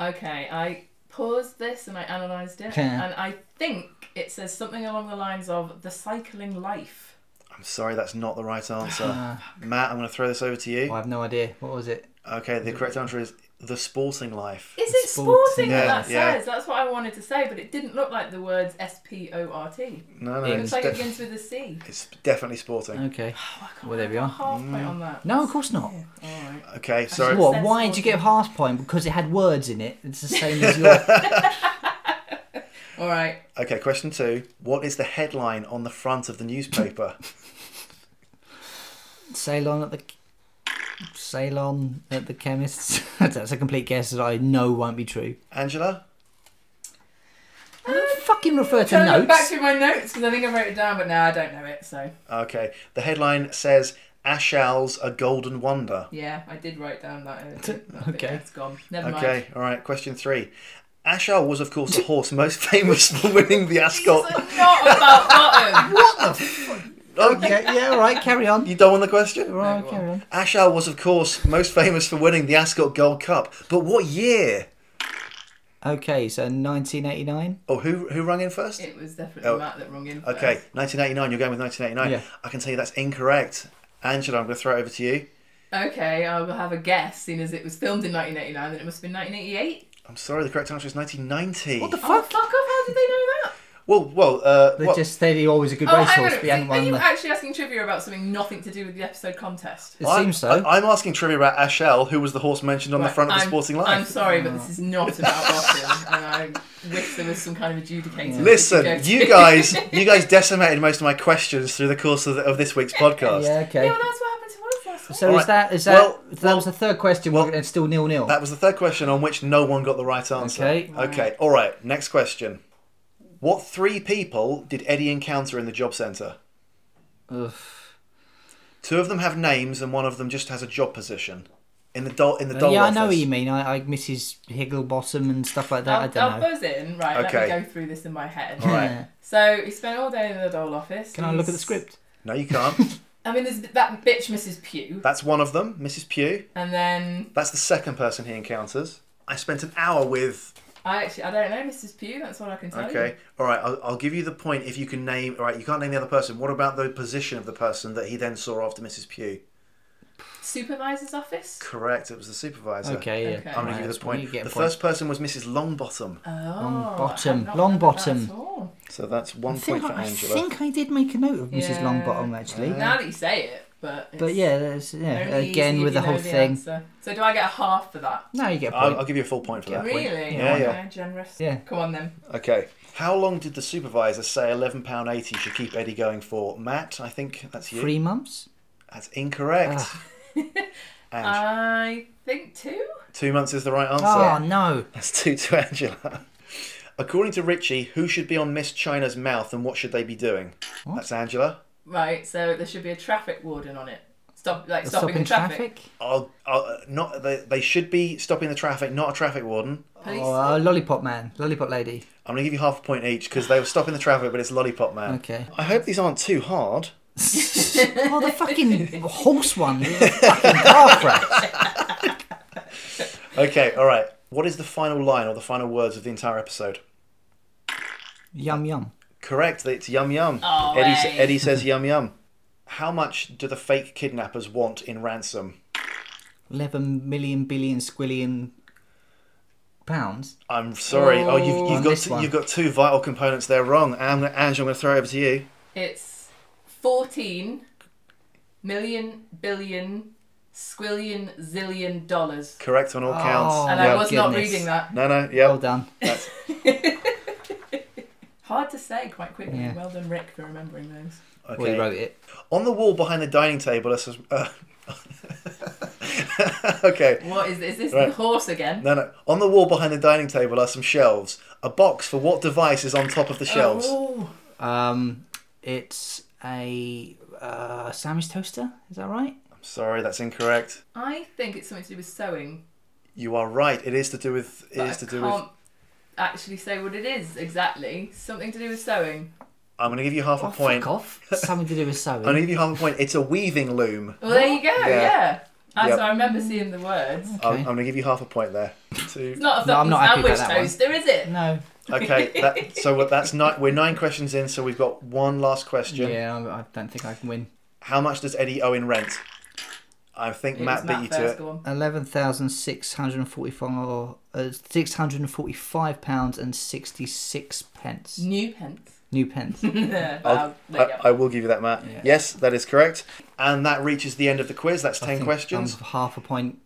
S3: Okay, I paused this and I analysed it,
S2: Okay.
S3: and I think it says something along the lines of the cycling life.
S1: I'm sorry, that's not the right answer. Matt, I'm going to throw this over to
S2: Oh, I
S1: you.
S2: have no idea. What was it?
S1: Okay, the correct answer is The Sporting Life.
S3: Is it
S2: Sporting.
S3: sporting
S1: Yeah,
S3: that that
S1: yeah.
S3: says? That's what I wanted to say, but it didn't look like the words S P O R T.
S1: No, no,
S2: It
S3: It
S1: it's,
S3: looks like it
S1: def-
S3: begins with a C.
S1: it's definitely Sporting.
S3: Oh,
S2: Okay. Well, there we
S3: A
S2: are.
S3: half point on that.
S2: No, of course not.
S3: Alright.
S1: Okay, sorry.
S3: What?
S2: What? Why did you get half point? Because it had words in it. It's the same as your.
S3: Alright.
S1: Okay, question two. What is the headline on the front of the newspaper?
S2: Ceylon at the Ceylon at the chemist's. That's a complete guess that I know won't be true.
S1: Angela?
S2: I don't fucking refer to
S3: Can I look back
S2: notes.
S3: through my notes because I think I wrote it down, but now I don't know it. So
S1: Okay, the headline says Ashal's a golden wonder.
S3: yeah, I did write down that. that bit.
S2: Okay.
S3: it's gone. Never mind.
S1: Okay, all right, question three. Ashal was, of course, a horse most famous for winning the
S3: These
S1: Ascot.
S3: are not about bottom.
S1: Okay.
S2: Yeah, yeah, all right, carry on.
S1: You done on the question?
S2: All right, carry on.
S1: Ashal was, of course, most famous for winning the Ascot Gold Cup. But what year?
S2: Okay, so 1989.
S1: Oh, who who rung in first?
S3: It was definitely
S1: Oh.
S3: Matt that rung in.
S1: Okay,
S3: first.
S1: 1989. You're going with 1989.
S2: Yeah.
S1: I can tell you that's incorrect. Angela, I'm going to throw it over to you.
S3: Okay, I will have a guess. Seeing as it was filmed in 1989, then it must have been 1988.
S1: I'm sorry, the correct answer is 1990.
S2: What the
S3: Oh,
S2: fuck?
S3: fuck off! How did they know that?
S1: Well, well, uh,
S2: They
S1: what-
S2: just said he always a good
S3: Oh, hang
S2: racehorse,
S3: on.
S2: but he hadn't
S3: Are
S2: won.
S3: you
S2: The...
S3: actually asking trivia about something nothing to do with the episode contest?
S2: It
S1: I'm,
S2: seems so.
S1: I, am asking trivia about Ashal, who was the horse mentioned on the
S3: Right,
S1: front of the
S3: I'm-
S1: Sporting
S3: I'm
S1: Life. Oh.
S3: sorry, but this is not about Boston, and I wish there was some kind of adjudicator. we could go
S1: Listen,
S3: to.
S1: you guys, you guys decimated most of my questions through the course of, the, of this week's podcast.
S2: yeah, okay.
S3: Yeah, well, that's what happened to us last week.
S2: so
S1: Alright,
S2: is that is that
S1: well-
S2: that was the third question?
S1: well-
S2: we're gonna still nil nil.
S1: That was the third question on which no one got the right answer.
S2: Okay.
S1: Okay. All right. Next question. What three people did Eddie encounter in the job centre?
S2: Ugh.
S1: Two of them have names, and one of them just has a job position in the doll in the doll
S2: Uh, Yeah, I
S1: office.
S2: know what you mean. I, I Mrs. Higglebottom and stuff like that.
S3: I'll,
S2: I don't
S3: I'll
S2: know.
S3: buzz in. Right,
S1: Okay.
S3: let me go through this in my head.
S1: Right.
S3: So he spent all day in the doll office.
S2: Can I look at the
S3: He's-
S2: script?
S1: No, you can't.
S3: I mean, there's that bitch, Mrs. Pugh,
S1: That's one of them, Mrs. Pugh.
S3: and then
S1: That's the second person he encounters. I spent an hour with.
S3: I actually I don't know Mrs. Pugh. That's what I can tell
S1: Okay, all right. I'll, I'll give you the point if you can name. All right, you can't name the other person. What about the position of the person that he then saw after Mrs. Pugh?
S3: you. Supervisor's office.
S1: Correct. It was the supervisor.
S2: Okay, yeah.
S3: Okay.
S1: I'm gonna
S2: Alright,
S1: give you
S2: that's
S1: the
S2: fine.
S1: point.
S2: get a
S1: the first person was Mrs. Longbottom.
S3: Oh,
S2: bottom.
S3: I had not
S2: Long
S3: remembered that
S2: bottom.
S3: at all.
S1: So that's one
S2: I think,
S1: point for
S2: I, I
S1: Angela.
S2: think I did make a note of Mrs.
S3: Yeah.
S2: Longbottom actually.
S3: Now that you say it, but it's
S2: but yeah, that's,
S3: only
S2: yeah.
S3: easy
S2: Again
S3: if
S2: with
S3: you
S2: the whole
S3: know
S2: thing.
S3: answer. So do I get a half for that?
S2: No, you get a point.
S1: I'll, I'll give you a full point for that.
S3: Really?
S1: Yeah,
S3: okay,
S1: yeah.
S3: Generous.
S2: Yeah.
S3: Come on then.
S1: Okay. How long did the supervisor say eleven pound eighty should keep Eddie going for? Matt, I think that's you.
S2: Three months.
S1: That's incorrect. Ange,
S3: I think two.
S1: two months is the right answer.
S2: Oh no!
S1: That's two to Angela. According to Richie, who should be on Miss China's mouth and what should they be doing? That's Angela.
S3: Right. So there should be a traffic warden on it. Stop, like
S2: Stopping,
S3: stopping, the traffic.
S2: traffic.
S1: I'll, I'll, not they, they should be stopping the traffic, not a traffic warden.
S3: Police.
S2: Or uh, lollipop man, lollipop lady.
S1: I'm gonna give you half a point each because they were stopping the traffic, but it's Lollipop Man.
S2: Okay.
S1: I hope these aren't too hard.
S2: Oh, the fucking horse one. the fucking car crash.
S1: Okay, all right. What is the final line or the final words of the entire episode?
S2: Yum yum.
S1: Correct. It's yum yum.
S3: Oh,
S1: Eddie,
S3: hey.
S1: Eddie says yum yum. How much do the fake kidnappers want in ransom?
S2: Eleven million billion squillion pounds.
S1: I'm sorry. Oh, you've,
S2: on
S1: you've got
S2: this
S1: t-
S2: one.
S1: you've got two vital components there wrong. I'm gonna, Ange, I'm going to throw it over to you.
S3: It's fourteen million billion squillion zillion dollars.
S1: Correct on all counts.
S2: Oh,
S3: And
S2: my
S3: I was not
S2: goodness.
S3: reading that.
S1: No, no. Yeah.
S2: Well done.
S3: Hard to say quite quickly.
S2: Yeah.
S3: Well done, Rick, for remembering those.
S1: Okay.
S2: Well, you wrote it.
S1: On the wall behind the dining table. Is, uh, okay.
S3: What is this? Is this
S1: Right.
S3: the horse again?
S1: No, no. On the wall behind the dining table are some shelves. A box for what device is on top of the shelves?
S3: Oh,
S2: Um, it's a uh, Sammy's toaster. Is that right?
S1: Sorry, that's incorrect.
S3: I think it's something to do with sewing.
S1: You are right. It is to do with. It
S3: but
S1: is
S3: I
S1: to do
S3: can't
S1: with.
S3: actually say what it is exactly. Something to do with sewing.
S1: I'm going to give you half a
S2: Oh,
S1: point.
S2: fuck off. Something to do with sewing.
S1: I'm going to give you half a point. It's a weaving loom.
S3: Well, there you go. Yeah. Ah,
S1: Yep.
S3: So I remember seeing the words.
S1: I'm, I'm going to give you half a point there. Two.
S3: It's not a
S2: No, I'm
S3: fucking
S2: not happy
S3: sandwich
S2: about that one.
S3: toaster, is it?
S2: No.
S1: Okay, that, so what- that's nine, we're nine questions in, so we've got one last question.
S2: Yeah, I, I don't think I can win.
S1: How much does Eddie owe in rent? I think
S3: It
S1: Matt
S3: was
S1: beat you to
S3: first,
S1: it.
S3: go on.
S2: Eleven thousand six hundred forty-four, uh, six hundred forty-five pounds and sixty-six pence.
S3: New pence.
S2: New pence.
S3: Yeah, but
S1: I'll- I,
S3: I'll let you have
S1: I will give you that, Matt.
S2: Yeah.
S1: Yes, that is correct. And that reaches the end of the quiz. That's
S2: I
S1: ten
S2: think
S1: questions.
S2: I'm half a point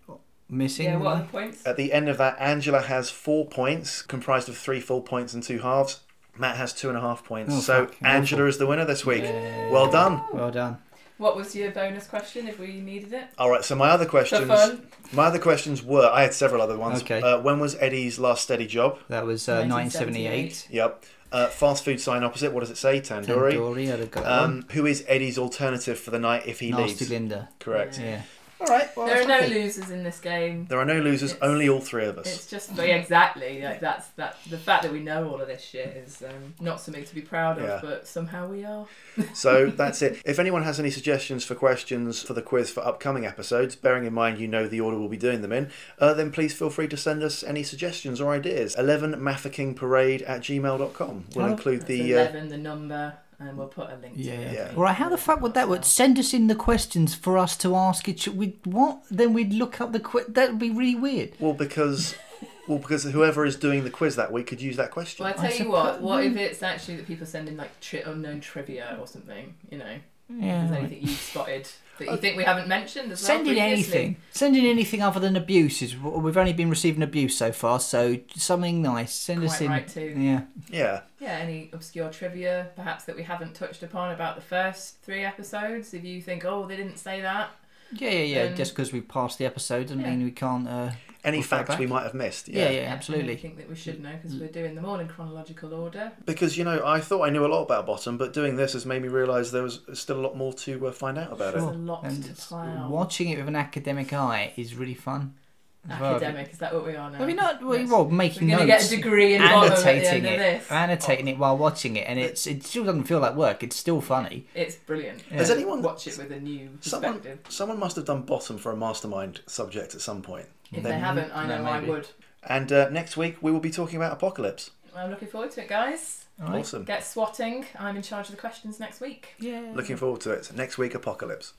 S2: missing.
S3: Yeah, what are the points?
S1: At the end of that, Angela has four points, comprised of three full points and two halves. Matt has two and a half points.
S2: Oh,
S1: so
S2: fucking
S1: Angela
S2: awful.
S1: is the winner this week. Well done.
S2: Well done.
S3: What was your bonus question if we needed it?
S1: All right. So my other
S3: For
S1: questions,
S3: fun?
S1: my other questions were, I had several other ones.
S2: Okay.
S1: Uh, when was Eddie's last steady job?
S2: That was uh, 1978.
S3: 1978.
S1: Yep. Uh, fast food sign opposite. What does it say? Tandoori.
S2: Dory had a go.
S1: Um, who is Eddie's alternative for the night if he
S2: Nasty
S1: leaves?
S2: Linda.
S1: Correct.
S2: Yeah.
S1: All right. Well,
S3: There are
S1: that's
S3: no
S1: okay.
S3: losers in this game.
S1: There are no losers.
S3: It's-
S1: only all three of us.
S3: It's just but yeah, exactly like that's that the fact that we know all of this shit is um, not something to be proud of,
S1: Yeah.
S3: but somehow we are.
S1: So that's it. If anyone has any suggestions for questions for the quiz for upcoming episodes, bearing in mind you know the order we'll be doing them in, uh, then please feel free to send us any suggestions or ideas. 11maffakingparade at gmail.com. We'll
S2: How-
S1: include
S3: Oh, That's
S1: the. Uh,
S3: eleven, the number, and we'll put a link. to
S2: Yeah.
S3: it.
S1: Yeah.
S2: All right. How the fuck would that work? Send us in the questions for us to ask each. We what? Then we'd look up the quiz. That would be really weird.
S1: well, because. Well, because whoever is doing the quiz that week could use that question.
S3: Well, I tell you
S2: suppose- Hmm.
S3: what. What if it's actually that people send in like tri- unknown trivia or something? You know,
S2: Yeah.
S3: is there
S2: all right.
S3: anything you've spotted that
S1: Uh,
S3: you think we haven't mentioned? As
S2: Send
S3: well
S2: in
S3: previously?
S2: anything. Send in anything other than abuses. We've only been receiving abuse so far, so something nice. Send us
S3: Quite
S2: in.
S3: right too.
S2: Yeah.
S1: Yeah,
S3: Yeah, any obscure trivia perhaps that we haven't touched upon about the first three episodes. If you think, oh, they didn't say that,
S2: Yeah, yeah, yeah.
S3: Um,
S2: Just because we passed the episode doesn't
S3: yeah.
S2: mean we can't. Uh,
S1: any
S2: We'll throw
S1: facts
S2: back.
S1: we might have missed.
S2: yeah, yeah,
S3: I
S2: absolutely. Mm.
S3: think that we should know because we're doing them all in chronological order.
S1: because you know I thought I knew a lot about bottom, but doing this has made me realise there was still a lot more to uh, find out about
S3: There's
S1: it.
S3: a lot
S2: And
S3: to
S2: it's-
S3: plough.
S2: watching it with an academic eye is really fun. as well.
S3: Academic, is that what we are now?
S2: I mean, not well,
S3: Um, Yes.
S2: well, making
S3: We're going to
S2: notes,
S3: get a degree in bottom at the
S2: annotating
S3: end of
S2: it,
S3: this.
S2: annotating it while watching it, and it's it still doesn't feel like work. It's still funny.
S3: It's brilliant.
S1: Has anyone
S3: Watch it with a new
S1: Someone,
S3: perspective.
S1: someone must have done bottom for a mastermind subject at some point.
S3: If they haven't, I
S2: no,
S3: know I
S2: maybe.
S3: would.
S1: And uh, next week we will be talking about apocalypse.
S3: I'm looking forward to it, guys.
S2: Right.
S1: Awesome.
S3: Get swatting. I'm in charge of the questions next week.
S2: Yeah.
S1: Looking forward to it. Next week, apocalypse.